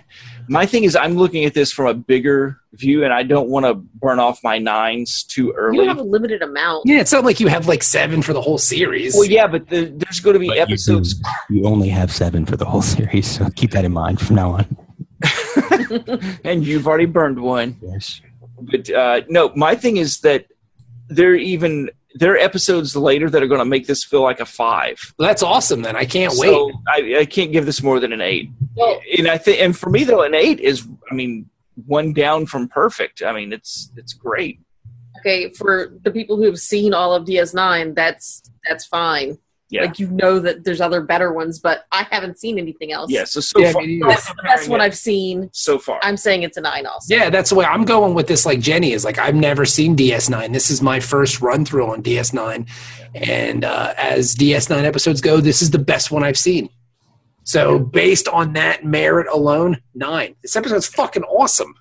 my thing is I'm looking at this from a bigger view, and I don't want to burn off my nines too You early. have a limited amount. Yeah, it's not like you have like seven for the whole series. Well, yeah, but the, there's going to be But you do- episodes. You only have seven for the whole series, so keep that in mind from now on. and you've already burned one. Yes. But uh, no, my thing is that there are even there are episodes later that are going to make this feel like a five. Well, that's awesome. Then I can't So wait. I, I can't give this more than an eight. Well, and I think and for me though, an eight is I mean one down from perfect. I mean it's it's great. okay, for the people who have seen all of DS9, that's that's fine. Yeah. Like you know that there's other better ones, but I haven't seen anything else. Yeah. So so yeah, far, me neither. That's the best one I've seen. so far. I'm saying it's a nine also. Yeah, that's the way I'm going with this. Like Jenny is like I've never seen DS9. This is my first run through on DS9, and uh, as DS9 episodes go, this is the best one I've seen. So based on that merit alone, nine. This episode's fucking awesome.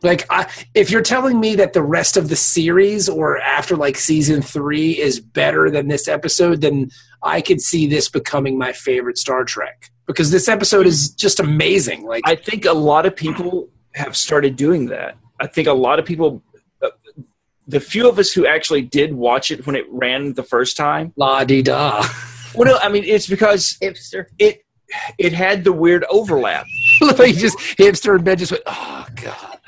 Like, I, if you're telling me that the rest of the series or after like season three is better than this episode, then I could see this becoming my favorite Star Trek because this episode is just amazing. Like, I think a lot of people have started doing that. I think a lot of people, uh, the few of us who actually did watch it when it ran the first time. la di da. Well, no, I mean it's because Hipster. it it had the weird overlap. like just hamster in bed, just went. Oh god!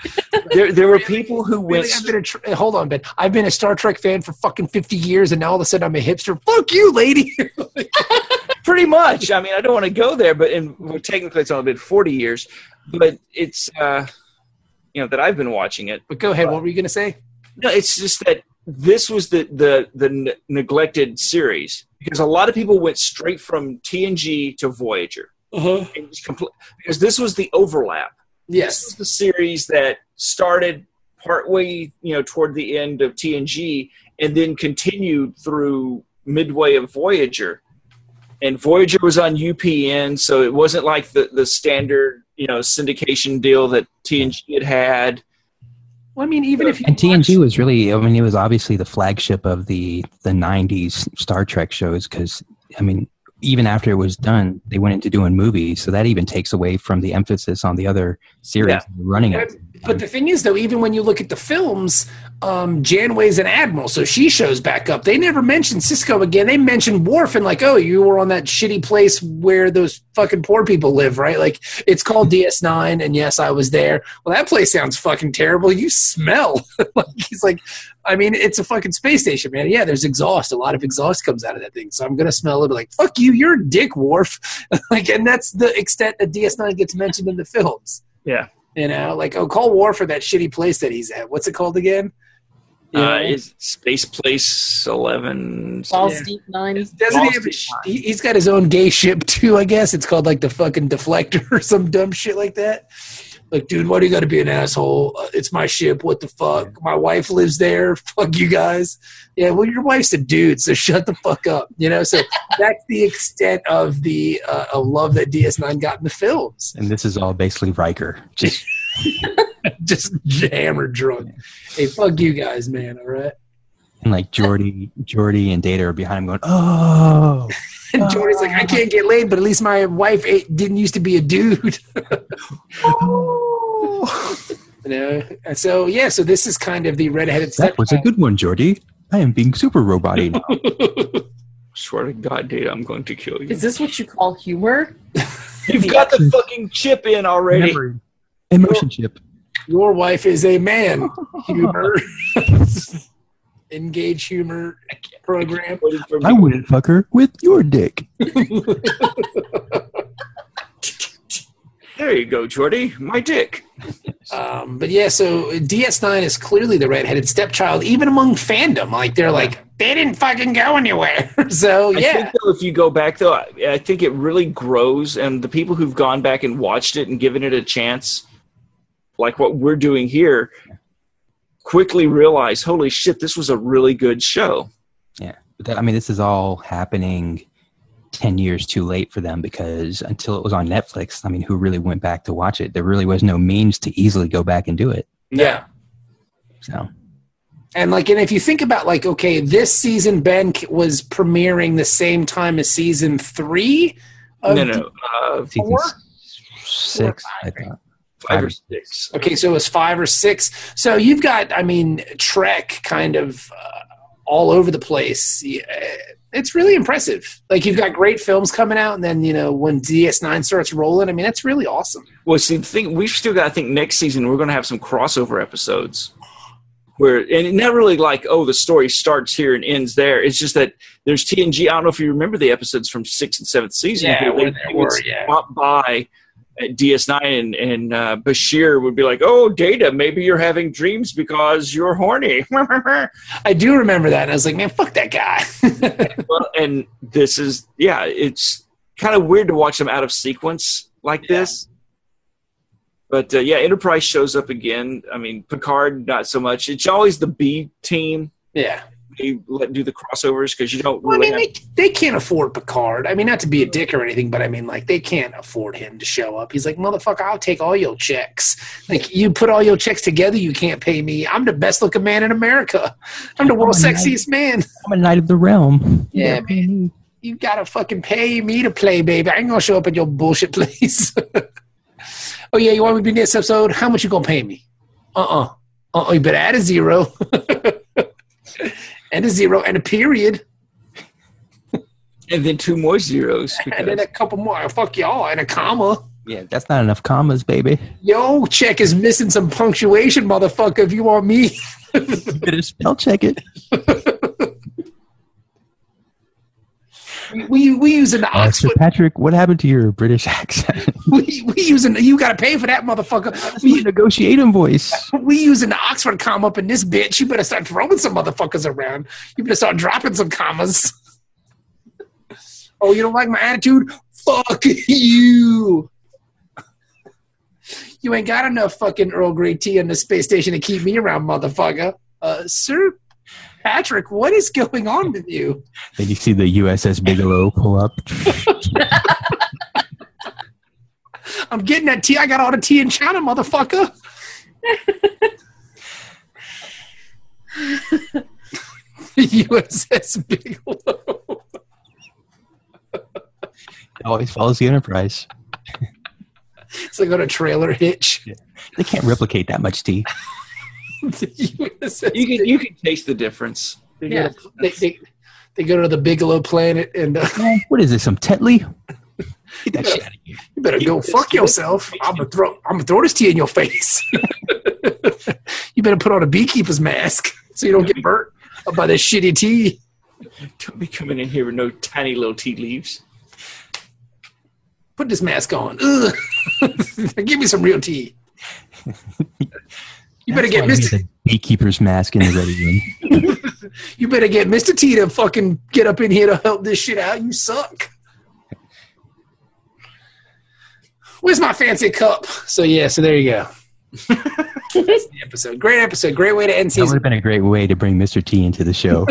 There, there were people who went. Really, I've been a tr- eh, hold on, Ben. I've been a Star Trek fan for fucking fifty years, and now all of a sudden I'm a hipster. Fuck you, lady. pretty much. I mean, I don't want to go there, but in, well, technically it's only been 40 years, but it's, uh, you know, that I've been watching it. but go ahead. What were you gonna say? No, it's just that this was the, the, the n- neglected series because a lot of people went straight from TNG to Voyager. And just compl- because this was the overlap. This Yes. was the series that started partway, you know, toward the end of TNG and then continued through midway of Voyager. And Voyager was on UPN, so it wasn't like the, the standard, you know, syndication deal that TNG had had. Well, I mean, even if you And TNG was really, I mean, it was obviously the flagship of the the '90s Star Trek shows because, I mean, even after it was done, they went into doing movies, so that even takes away from the emphasis on the other series Yeah. running it. But the thing is, though, even when you look at the films, um, Janeway's an admiral, so she shows back up. They never mention Cisco again. They mention Worf and like, oh, you were on that shitty place where those fucking poor people live, right? Like, it's called DS9, and yes, I was there. Well, that place sounds fucking terrible. You smell. like, he's like, I mean, it's a fucking space station, man. Yeah, there's exhaust. A lot of exhaust comes out of that thing, so I'm gonna smell it. Like, fuck you, you're a dick, Worf. like, and that's the extent that DS9 gets mentioned in the films. Yeah. You know, like, oh, call War for that shitty place that he's at. What's it called again? You Uh, know? is Space Place 11. Balls deep nine. Doesn't he have a, sh- he- he's got his own gay ship too, I guess. It's called like the fucking deflector or some dumb shit like that. Like, dude, why do you got to be an asshole? Uh, it's my ship. What the fuck? My wife lives there. Fuck you guys. Yeah, well, your wife's a dude, so shut the fuck up. You know, so that's the extent of the uh, of love that DS9 got in the films. And this is all basically Riker. Just Just hammered drunk. Hey, fuck you guys, man. All right. and like Jordy, Jordy and Data are behind him going, "Oh, And Jordy's like, I can't get laid, but at least my wife ain't, didn't used to be a dude. you know? And so, yeah, so this is kind of the redheaded that was a good one, Jordy. I am being super roboty now." Swear to God, dude, I'm going to kill you. Is this what you call humor? You've got the fucking chip in already. Memory. Emotion chip. Your wife is a man. Humor. Engage humor program. Waiting for I me. wouldn't fuck her with your dick. There you go, Jordy. My dick. Um, but yeah, so DS9 is clearly the redheaded stepchild, even among fandom. Like, they're like, they didn't fucking go anywhere. so, I yeah. think though, if you go back though, I, I think it really grows, and the people who've gone back and watched it and given it a chance, like what we're doing here, quickly realize, holy shit, this was a really good show. Yeah. But that, I mean, this is all happening 10 years too late for them because until it was on Netflix, I mean, who really went back to watch it? There really was no means to easily go back and do it. yeah. So, And like, and if you think about like, okay, this season Ben k- was premiering the same time as season three. Of no, no, uh, season Four? s- six, I thought. five or six. Okay, so it was five or six. So you've got, I mean, Trek kind of uh, all over the place. Yeah, it's really impressive. Like you've got great films coming out, and then you know when DS9 starts rolling, I mean, that's really awesome. Well, see, the thing we've still got. I think next season we're going to have some crossover episodes where, and not really like, oh, the story starts here and ends there. It's just that there's TNG. I don't know if you remember the episodes from sixth and seventh season. Yeah, where where they there would were, yeah. stop by at DS9 and, and uh, Bashir would be like, oh, Data, maybe you're having dreams because you're horny. well, I do remember that, and I was like, man, fuck that guy. and this is, yeah, it's kind of weird to watch them out of sequence like this. But uh, yeah, Enterprise shows up again. I mean, Picard not so much. It's always the B team. yeah. They let do the crossovers because you don't Well, I really. mean, have- they, they can't afford Picard. I mean, not to be a dick or anything, but I mean, like, they can't afford him to show up. He's like, motherfucker, I'll take all your checks. Like, you put all your checks together, you can't pay me. I'm the best looking man in America. I'm the world's Come on, sexiest man. I'm a knight of the realm. Yeah, man. You gotta fucking pay me to play, baby. I ain't gonna show up at your bullshit place. oh, yeah, you want me to be next episode? How much you gonna pay me? Uh uh-uh. uh. you better add a zero. and a zero and a period. and then two more zeros. And then Because, a couple more. Fuck y'all. And a comma. Yeah, that's not enough commas, baby. Yo, check is missing some punctuation, motherfucker. If you want me, You better spell check it. we we, we using the Uh, Sir Oxford. Patrick, what happened to your British accent? We, we using. You gotta pay for that, motherfucker. we We negotiate in voice. we using the Oxford comma up in this bitch. You better start throwing some motherfuckers around. You better start dropping some commas. oh, you don't like my attitude? Fuck you. You ain't got enough fucking Earl Grey tea in the space station to keep me around, motherfucker. Uh, Sir Patrick, what is going on with you? Then you see the USS Bigelow pull up. I'm getting that tea. I got all the tea in China, motherfucker. USS Bigelow. It always follows the Enterprise. It's like on a trailer hitch. They can't replicate that much tea. The USS you can you can taste the difference. they, Yeah. go to, they, they, they go to the Bigelow planet and uh, Man, what is this? Some Tetley? Get that shit out of here. you better go fuck yourself. I'm gonna throw I'm gonna throw this tea in your face. you better put on a beekeeper's mask so you don't get burnt by this shitty tea. Don't be coming in here with no tiny little tea leaves. Put this mask on. Ugh. Give me some real tea. You better get That's why we Mr. need a Beekeeper's mask in the ready room. You better get Mr. T to fucking get up in here to help this shit out. You suck. Where's my fancy cup? So yeah, so there you go. That's the episode. Great episode. Great way to end That would season. have been a great way to bring Mr. T into the show.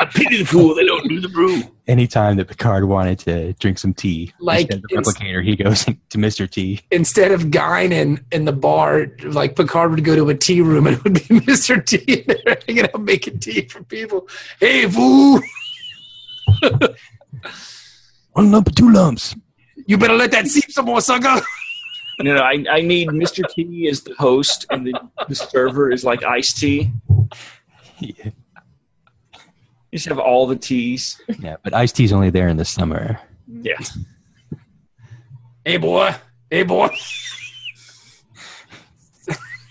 I pity the fool that don't do the brew. Anytime that Picard wanted to drink some tea, Like instead of the it's- replicator, he goes to Mr. T. Instead of Guine in, in the bar, like Picard would go to a tea room and it would be Mr. T in there hanging out making tea for people. Hey, fool, One lump, two lumps. you better let that seep some more, sucker. No, no, I, I need Mr. T as the host, and the, the server is like iced tea. Yeah, You just have all the teas. yeah, but iced tea's only there in the summer. Yeah. Hey, boy. Hey, boy.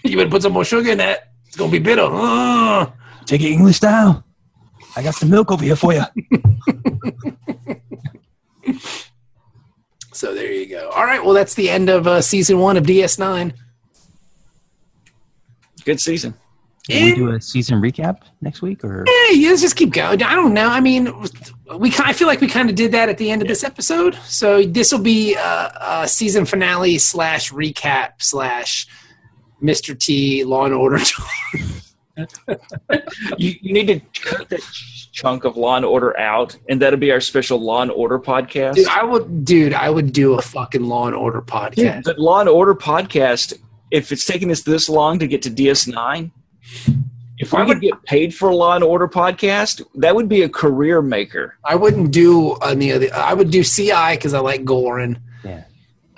you better put some more sugar in that. It's going to be bitter. Ugh. Take it English style. I got some milk over here for you. So there you go. All right. Well, that's the end of uh, season one of DS9. Good season. Can we do a season recap next week, or Yeah, yeah, let's just keep going. I don't know. I mean, we. ki- I feel like we kind of did that at the end of this episode. So this will be a, a season finale slash recap slash Mr. T Law and Order. You, you need to cut that ch- chunk of Law and Order out, and that'll be our special Law and Order podcast. dude, I would, dude, I would do a fucking Law and Order podcast. The Law and Order podcast, if it's taking us this long to get to DS9, if we could get paid for a Law and Order podcast, that would be a career maker. I wouldn't do any of the. I would do CI because I like Gorin. Yeah.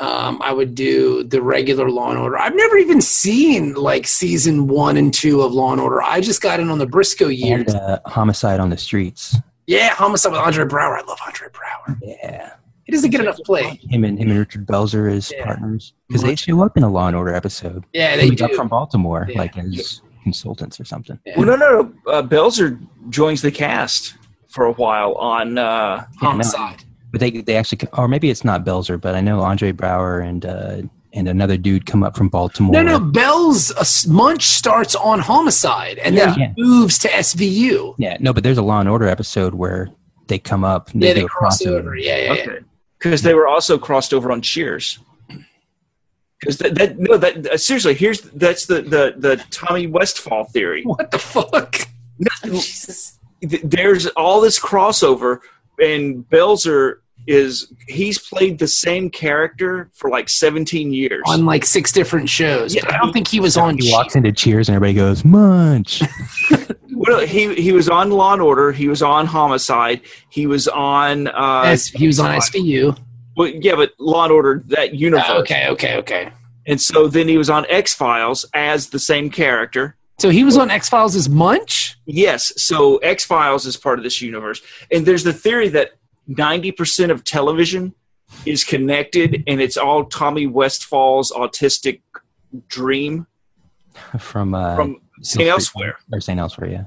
Um, I would do the regular Law and Order. I've never even seen like season one and two of Law and Order. I just got in on the Briscoe years. and, uh, homicide on the streets? Yeah, homicide with Andre Brower. I love Andre Brower. Yeah, He doesn't get enough play. him and him and Richard Belzer as Yeah. partners because they show up in a Law and Order episode. Yeah, they Coming do. up from Baltimore, Yeah. like as consultants or something. Yeah. Well, no, no, no. Uh, Belzer joins the cast for a while on. Uh, homicide. But they they actually, or maybe it's not Belzer, but I know Andre Brower and uh, and another dude come up from Baltimore. No, no. Bell's uh, s- Munch starts on homicide and then Yeah. he moves to SVU. yeah, no, but there's a Law and Order episode where they come up. And Yeah, do they a cross crossover. over. Yeah, yeah, yeah. okay. Because they were also crossed over on Cheers. Because that, that no that uh, seriously here's that's the the the Tommy Westfall theory. What the fuck? Jesus. th- there's all this crossover, and Belzer is he's played the same character for like 17 years. On like six different shows. Yeah. but I don't think he was on. He walks into Cheers and everybody goes Munch. Well, he he was on Law and Order. He was on Homicide. He was on. Uh, S- Ah, he was on SVU. well, yeah, but Law and Order that universe. Oh, okay, okay, okay. And so then he was on X Files as the same character. So he was on X Files as Munch. Yes, so X Files is part of this universe, and there's the theory that 90% of television is connected, and it's all Tommy Westfall's autistic dream from uh, from Saint elsewhere. or St. Elsewhere. Yeah,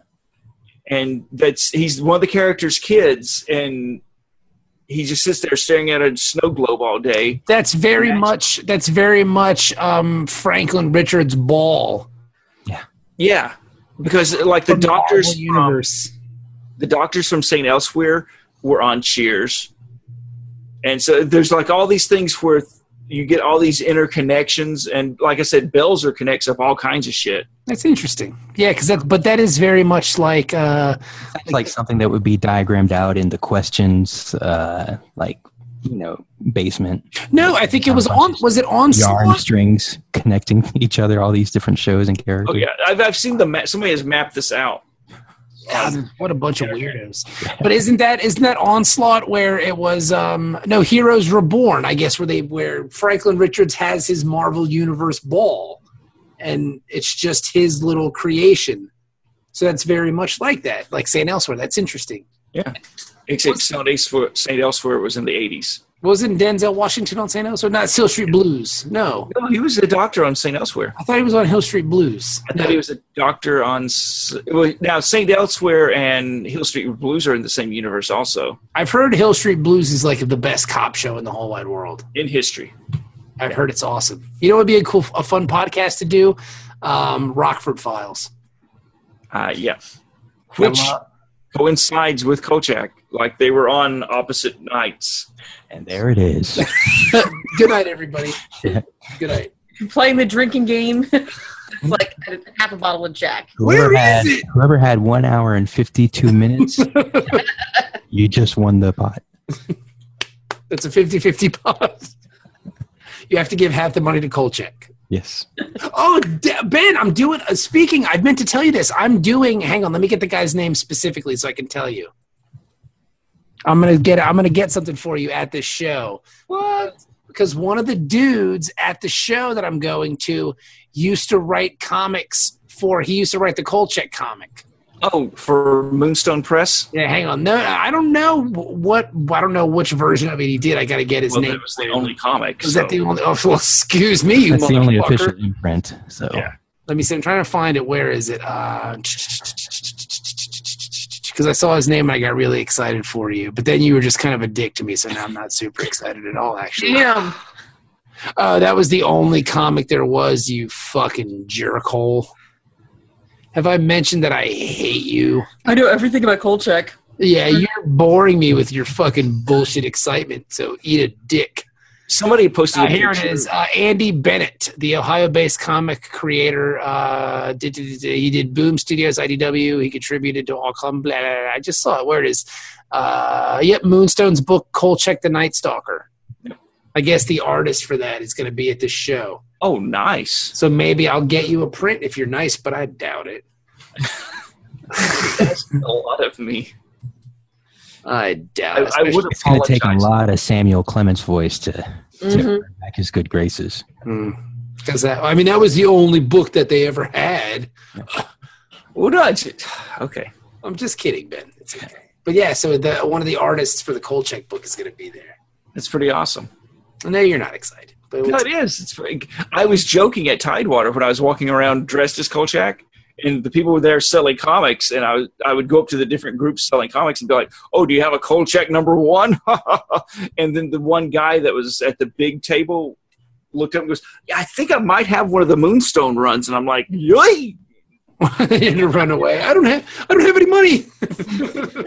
and that's he's one of the character's kids, and he just sits there staring at a snow globe all day. That's very Imagine. much. That's very much um, Franklin Richards Ball. Yeah, because like the From the doctors Marvel from, the doctors from St. Elsewhere were on Cheers, and so there's like all these things where you get all these interconnections, and like I said, Belzer connects up all kinds of shit. That's interesting. Yeah, because that. But that is very much like. Uh, it's like something that would be diagrammed out in the questions, uh, like you know, basement no, I think it was on. Was it on? yarn Slot? strings connecting each other, all these different shows and characters. Oh yeah, I've I've seen the map. Somebody has mapped this out. God, what a bunch of weirdos. But isn't that isn't that onslaught where it was? Um, no, Heroes Reborn. I guess where they where Franklin Richards has his Marvel Universe Ball, and it's just his little creation. So that's very much like that, like St. Elsewhere. That's interesting. Except St. Elsewhere, St. Elsewhere was in the eighties. Wasn't Denzel Washington on St. Elsewhere? Not Hill Street Blues. No. No, Oh, he was a doctor on St. Elsewhere. I thought he was on Hill Street Blues. I thought he was a doctor on. S- well, Now St. Elsewhere and Hill Street Blues are in the same universe, also I've heard Hill Street Blues is like the best cop show in the whole wide world. in history. I've heard it's awesome. You know what would be a cool, a fun podcast to do? Um, Rockford Files. Uh, yeah, which coincides with Kochak. Like they were on opposite nights. and there it is. Good night, everybody. Yeah. Good night. Playing the drinking game. it's like a half a bottle of Jack. Whoever had, Whoever had one hour and 52 minutes, you just won the pot. That's a 50-50 pause. You have to give half the money to Kolchak. Yes. Oh, D- Ben, I'm doing. Uh, speaking, I meant to tell you this. I'm doing. Hang on, let me get the guy's name specifically so I can tell you. I'm gonna get. I'm gonna get something for you at this show. What? Because one of the dudes at the show that I'm going to used to write comics for. He used to write the Kolchak comic. Oh, for Moonstone Press. Yeah, hang on. No, I don't know what. I don't know which version of it he did. I gotta get his Well, name. that was the only comic. Was so- that the only? Oh, well, excuse me, you That's the only motherfucker. official imprint. So Yeah. let me see. I'm trying to find it. Where is it? Uh, Because I saw his name and I got really excited for you, but then you were just kind of a dick to me, so now I'm not super excited at all. Actually, Damn. Uh, that was the only comic there was. You fucking jerkhole. Have I mentioned that I hate you? I know everything about Kolchak. Yeah, you're boring me with your fucking bullshit excitement. So eat a dick. Somebody posted. Uh, a here it picture. is. Uh, Andy Bennett, the Ohio-based comic creator. Uh, did, did- did- he did Boom Studios, IDW. He contributed to all. Com- blah, blah, blah. I just saw it. Where it is? Uh, yep, Moonstone's book, Kolchak the Night Stalker. I guess the artist for that is going to be at this show. Oh, nice. So maybe I'll get you a print if you're nice, but I doubt it. That's a lot of me. I I, doubt it. I would it's going to apologize. take a lot of Samuel Clemens' voice to, Mm-hmm. to earn back his good graces. Because that, I mean, that was the only book that they ever had. Well, no, I ju- okay. I'm just kidding, Ben. It's okay. But yeah, so the, one of the artists for the Kolchak book is going to be there. That's pretty awesome. No, you're not excited. But No, it is. It's pretty, I was joking at Tidewater when I was walking around dressed as Kolchak, and the people were there selling comics, and I was, I would go up to the different groups selling comics and be like, "Oh, do you have a Kolchak number one?" and then the one guy that was at the big table looked up and goes, "Yeah, I think I might have one of the Moonstone runs," and I'm like, "Yoy!" and to run away. I don't have. I don't have any money.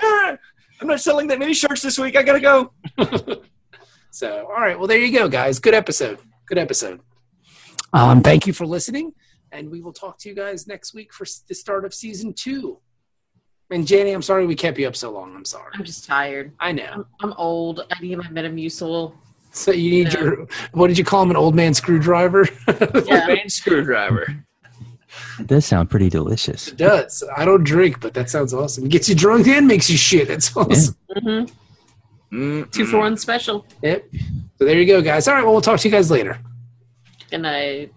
Ah, I'm not selling that many shirts this week. I gotta go. So, all right. Well, there you go, guys. Good episode. Good episode. Um, thank you for listening, and we will talk to you guys next week for s- the start of season two. And Jenny, I'm sorry we kept you up so long. I'm sorry. I'm just tired. I know. I'm, I'm old. I need my Metamucil. So you need Yeah. your what did you call him? An old man screwdriver? it Yeah. Man, screwdriver. It does sound pretty delicious. does. I don't drink, but that sounds awesome. It gets you drunk and makes you shit. That's awesome. Mm-hmm. Mm, Two for one special. Yep. So there you go, guys. All right. Well, we'll talk to you guys later. And I